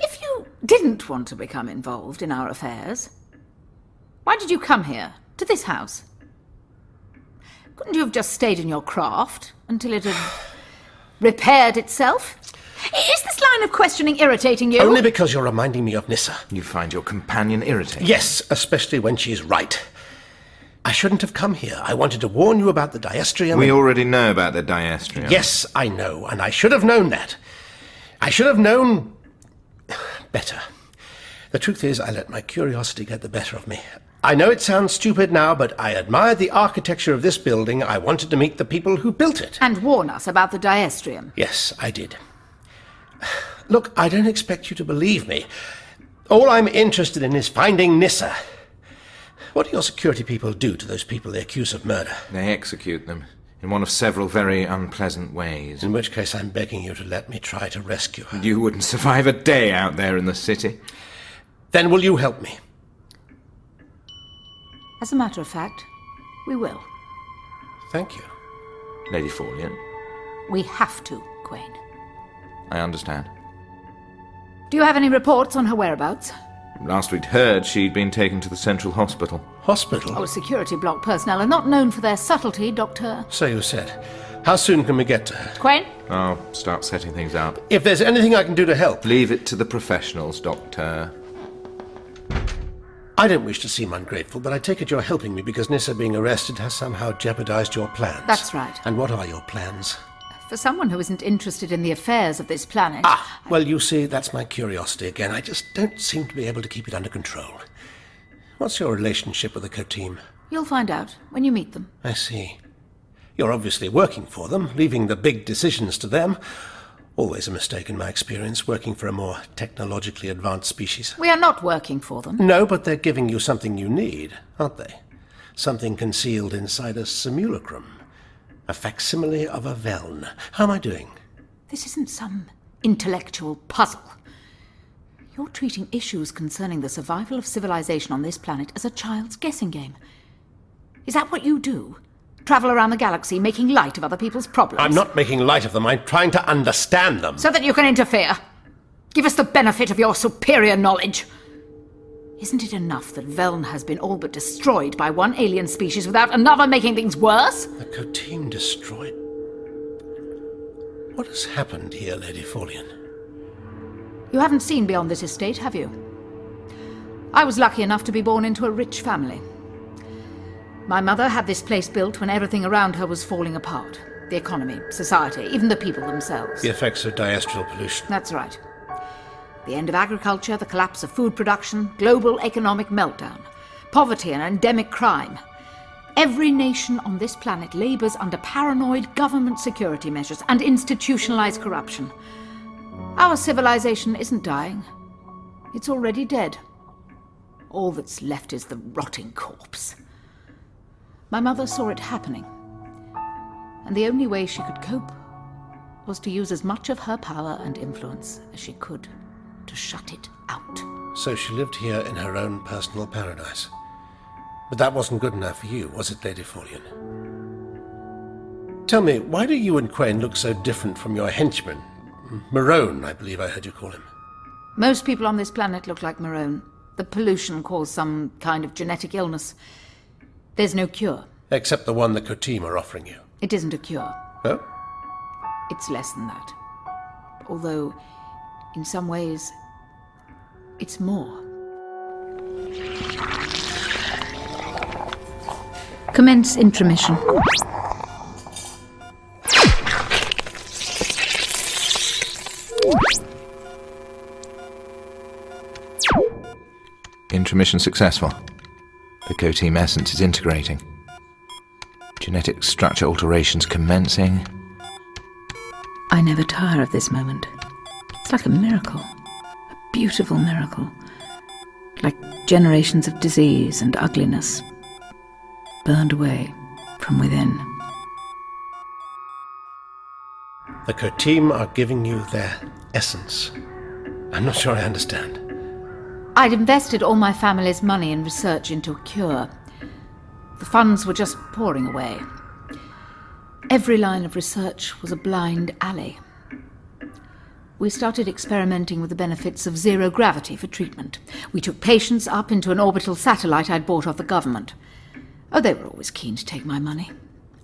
If you didn't want to become involved in our affairs, why did you come here, to this house? Couldn't you have just stayed in your craft until it had (sighs) repaired itself? I- Is this line of questioning irritating you?
Only because you're reminding me of Nissa.
You find your companion irritating?
Yes, especially when she's right. I shouldn't have come here. I wanted to warn you about the diastrium.
We already know about the diastrium.
(laughs) Yes, I know, and I should have known that. I should have known (sighs) better. The truth is, I let my curiosity get the better of me. I know it sounds stupid now, but I admired the architecture of this building. I wanted to meet the people who built it.
And warn us about the diastrium.
Yes, I did. Look, I don't expect you to believe me. All I'm interested in is finding Nissa. What do your security people do to those people they accuse of murder?
They execute them in one of several very unpleasant ways.
In which case, I'm begging you to let me try to rescue her.
You wouldn't survive a day out there in the city.
Then will you help me?
As a matter of fact, we will.
Thank you.
Lady Forlian,
We have to, Quain.
I understand.
Do you have any reports on her whereabouts?
Last we'd heard she'd been taken to the central hospital.
Hospital?
Our security block personnel are not known for their subtlety, Doctor.
So you said. How soon can we get to her?
Quain?
I'll start setting things up.
If there's anything I can do to help.
Leave it to the professionals, Doctor.
I don't wish to seem ungrateful, but I take it you're helping me because Nissa being arrested has somehow jeopardized your plans.
That's right.
And what are your plans?
For someone who isn't interested in the affairs of this planet,
Well, you see, that's my curiosity again. I just don't seem to be able to keep it under control. What's your relationship with the co-team?
you'll find out when you meet them.
I see. You're obviously working for them, leaving the big decisions to them. Always a mistake in my experience, working for a more technologically advanced species.
We are not working for them.
No, but they're giving you something you need, aren't they? Something concealed inside a simulacrum. A facsimile of a veln. How am I doing?
This isn't some intellectual puzzle. You're treating issues concerning the survival of civilization on this planet as a child's guessing game. Is that what you do? Travel around the galaxy making light of other people's problems?
I'm not making light of them. I'm trying to understand them.
So that you can interfere. Give us the benefit of your superior knowledge. Isn't it enough that Veln has been all but destroyed by one alien species without another making things worse?
The Coteam destroyed. What has happened here, Lady Folian?
You haven't seen beyond this estate, have you? I was lucky enough to be born into a rich family. My mother had this place built when everything around her was falling apart the economy, society, even the people themselves.
The effects of diastral pollution.
That's right. The end of agriculture, the collapse of food production, global economic meltdown, poverty and endemic crime. Every nation on this planet labours under paranoid government security measures and institutionalised corruption. Our civilization isn't dying. It's already dead. All that's left is the rotting corpse. My mother saw it happening. And the only way she could cope was to use as much of her power and influence as she could to shut it out.
So she lived here in her own personal paradise. But that wasn't good enough for you, was it, Lady Folian? Tell me, why do you and Quain look so different from your henchman? Marone, I believe I heard you call him.
Most people on this planet look like Marone. The pollution caused some kind of genetic illness. There's no cure.
Except the one the Coteam are offering you.
It isn't a cure.
Oh?
It's less than that. Although, in some ways, it's more. Commence intromission.
(laughs)
Intermission successful. The co-team essence is integrating. Genetic structure alterations commencing.
I never tire of this moment. It's like a miracle, a beautiful miracle. Like generations of disease and ugliness burned away from within.
The Coteam are giving you their essence. I'm not sure I understand.
I'd invested all my family's money in research into a cure. The funds were just pouring away. Every line of research was a blind alley. We started experimenting with the benefits of zero gravity for treatment. We took patients up into an orbital satellite I'd bought off the government. Oh, they were always keen to take my money.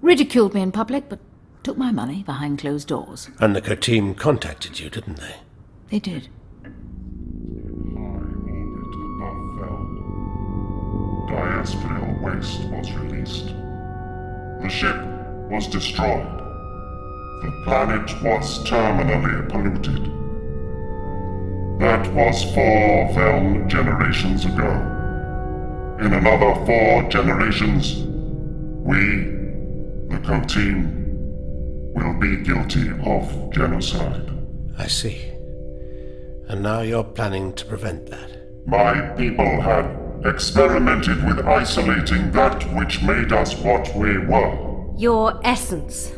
Ridiculed me in public, but took my money behind closed doors.
And the Coteam contacted you, didn't they?
They did.
Diasporial waste was released. The ship was destroyed. The planet was terminally polluted. That was four Veln generations ago. In another four generations, we, the Co-Team, will be guilty of genocide.
I see. And now you're planning to prevent that.
My people had experimented with isolating that which made us what we were.
Your essence.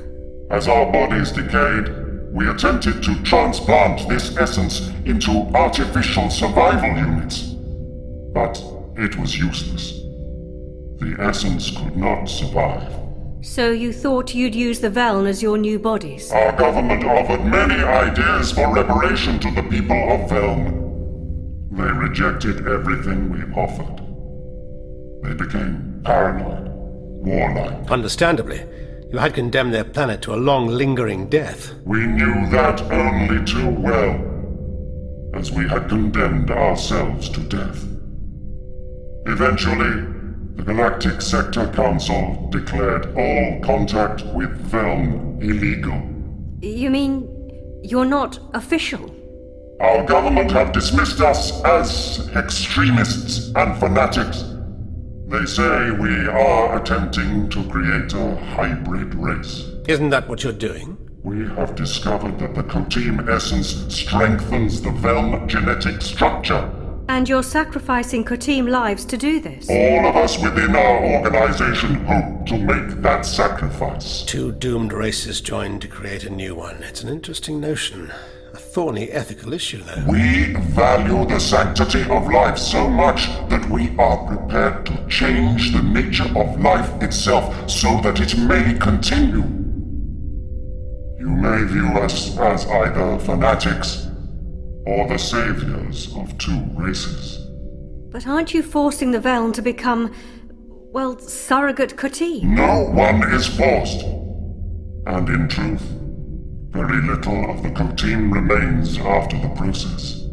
As our bodies decayed, we attempted to transplant this essence into artificial survival units. But it was useless. The essence could not survive.
So you thought you'd use the Veln as your new bodies?
Our government offered many ideas for reparation to the people of Velm. They rejected everything we offered. They became paranoid, warlike.
Understandably, you had condemned their planet to a long, lingering death.
We knew that only too well, as we had condemned ourselves to death. Eventually, the Galactic Sector Council declared all contact with Velm illegal.
You mean you're not official?
Our government have dismissed us as extremists and fanatics. They say we are attempting to create a hybrid race.
Isn't that what you're doing?
We have discovered that the Contim essence strengthens the Velm genetic structure.
And you're sacrificing Kotim lives to do this?
All of us within our organization hope to make that sacrifice.
Two doomed races joined to create a new one. It's an interesting notion. A thorny ethical issue, though.
We value the sanctity of life so much that we are prepared to change the nature of life itself so that it may continue. You may view us as either fanatics or the saviors of two races.
But aren't you forcing the Velm to become, well, surrogate Kotim?
No one is forced. And in truth, very little of the Kotim remains after the process.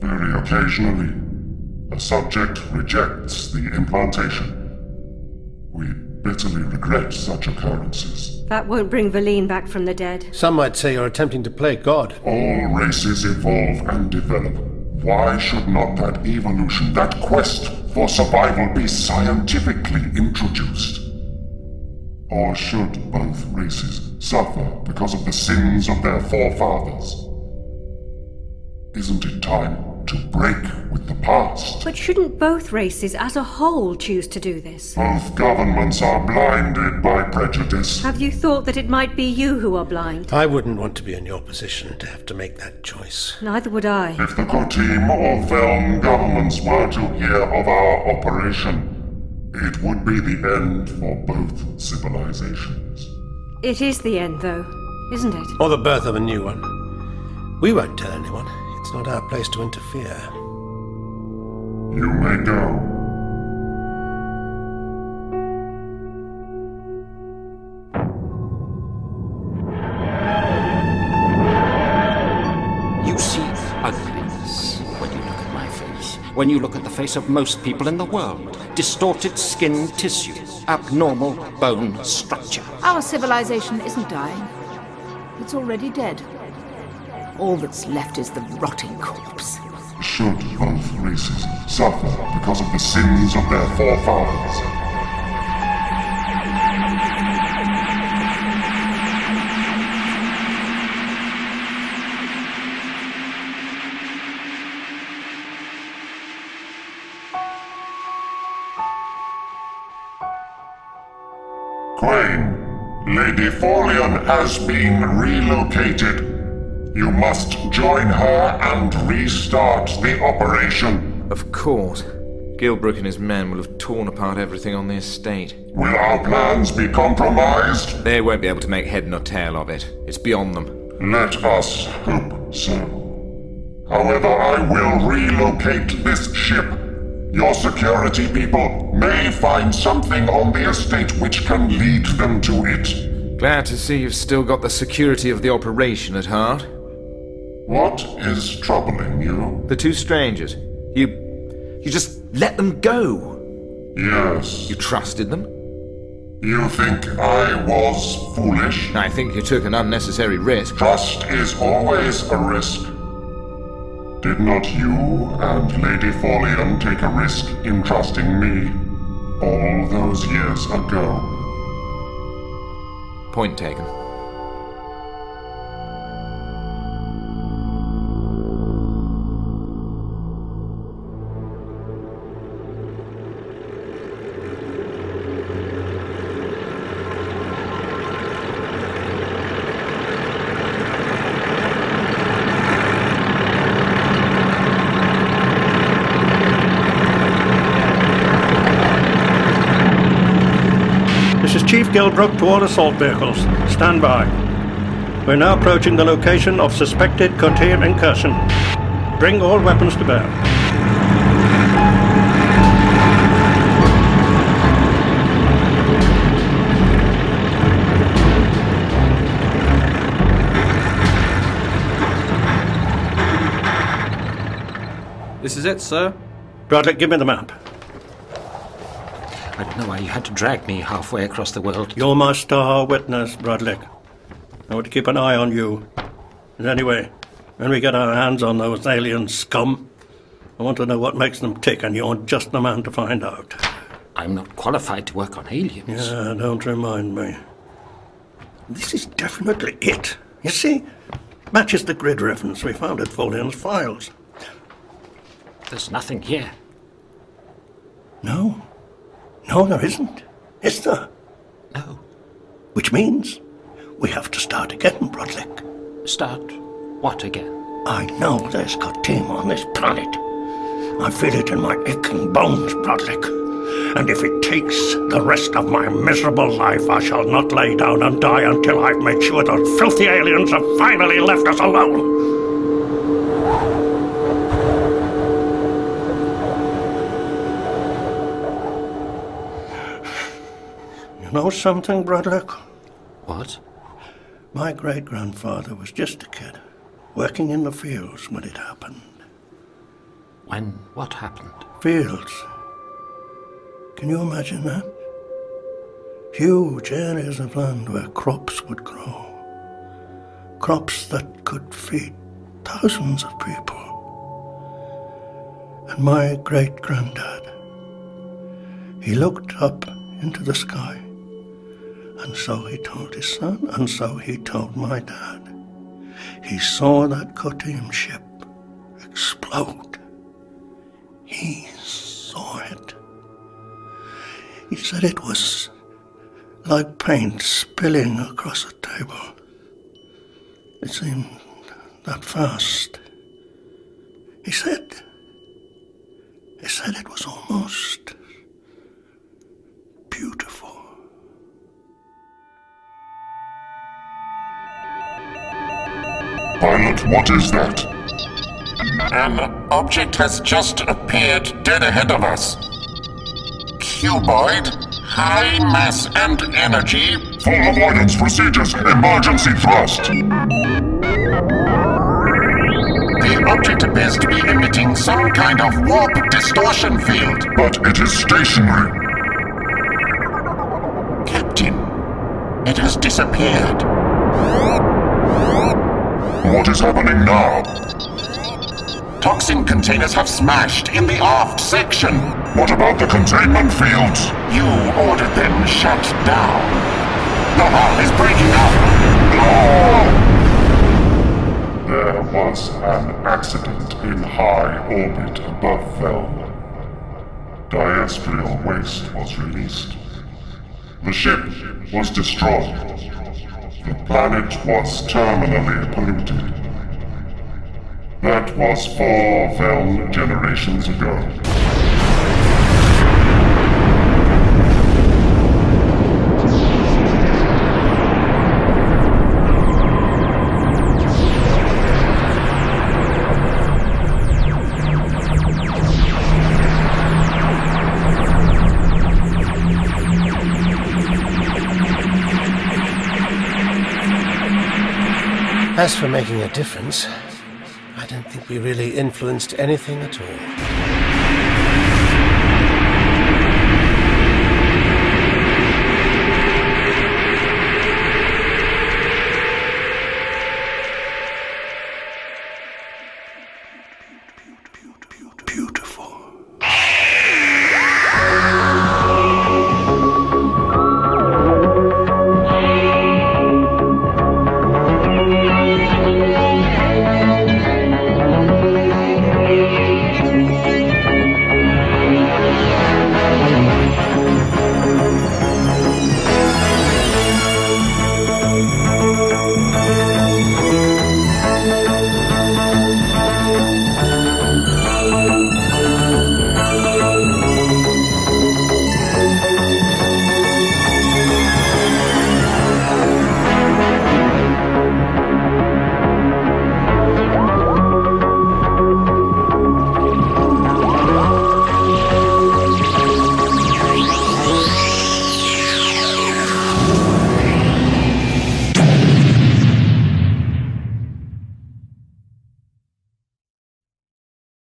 Very occasionally, a subject rejects the implantation. We bitterly regret such occurrences.
That won't bring Valine back from the dead.
Some might say you're attempting to play God.
All races evolve and develop. Why should not that evolution, that quest for survival, be scientifically introduced? Or should both races suffer because of the sins of their forefathers? Isn't it time to break with the past?
But shouldn't both races as a whole choose to do this?
Both governments are blinded by prejudice.
Have you thought that it might be you who are blind?
I wouldn't want to be in your position to have to make that choice.
Neither would I.
If the Kotim or Velm governments were to hear of our operation, it would be the end for both civilizations.
It is the end, though, isn't it?
Or the birth of a new one. We won't tell anyone. It's not our place to interfere.
You may go.
You see ugliness when you look at my face, when you look at the face of most people in the world. Distorted skin tissue, abnormal bone structure.
Our civilization isn't dying. It's already dead. All that's left is the rotting corpse.
Should both races suffer because of the sins of their forefathers? Queen, Lady Forion has been relocated. You must join her and restart the operation.
Of course. Gilbrook and his men will have torn apart everything on the estate.
Will our plans be compromised?
They won't be able to make head nor tail of it. It's beyond them.
Let us hope so. However, I will relocate this ship. Your security people may find something on the estate which can lead them to it.
Glad to see you've still got the security of the operation at heart.
What is troubling you?
The two strangers. You. You just let them go.
Yes.
You trusted them?
You think I was foolish?
I think you took an unnecessary risk.
Trust is always a risk. Did not you and Lady Forlean take a risk in trusting me all those years ago?
Point taken.
This is Chief Gilbrook to all assault vehicles. Stand by. We're now approaching the location of suspected Kotir incursion. Bring all weapons to bear.
This is it, sir.
Broderick, give me the map.
I don't know why you had to drag me halfway across the world.
You're my star witness, Bradley. I want to keep an eye on you. And anyway, when we get our hands on those alien scum, I want to know what makes them tick, and you're just the man to find out.
I'm not qualified to work on aliens.
Yeah, don't remind me. This is definitely it. You see? Matches the grid reference we found at Folian's files.
There's nothing here.
No. No, there isn't. Is there? No. Which means we have to start again, Brodlick.
Start what again?
I know there's got team on this planet. I feel it in my aching bones, Brodlick. And if it takes the rest of my miserable life, I shall not lay down and die until I've made sure those filthy aliens have finally left us alone. You know something, Brodlick?
What?
My great grandfather was just a kid, working in the fields when it happened.
When what happened?
Fields. Can you imagine that? Huge areas of land where crops would grow. Crops that could feed thousands of people. And my great granddad, he looked up into the sky. And so he told his son, and so he told my dad. He saw that Kotim ship explode. He saw it. He said it was like paint spilling across a table. It seemed that fast. He said, he said it was almost beautiful.
Pilot, what is that? An object has just appeared dead ahead of us. Cuboid, high mass and energy.
Full avoidance procedures, emergency thrust.
The object appears to be emitting some kind of warp distortion field.
But it is stationary.
Captain, it has disappeared.
What is happening now?
Toxin containers have smashed in the aft section.
What about the containment fields?
You ordered them shut down. The hull is breaking up.
There was an accident in high orbit above Velma. Diastrial waste was released. The ship was destroyed. The planet was terminally polluted. That was four Velm generations ago.
As for making a difference, I don't think we really influenced anything at all.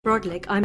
Brodlick, I'm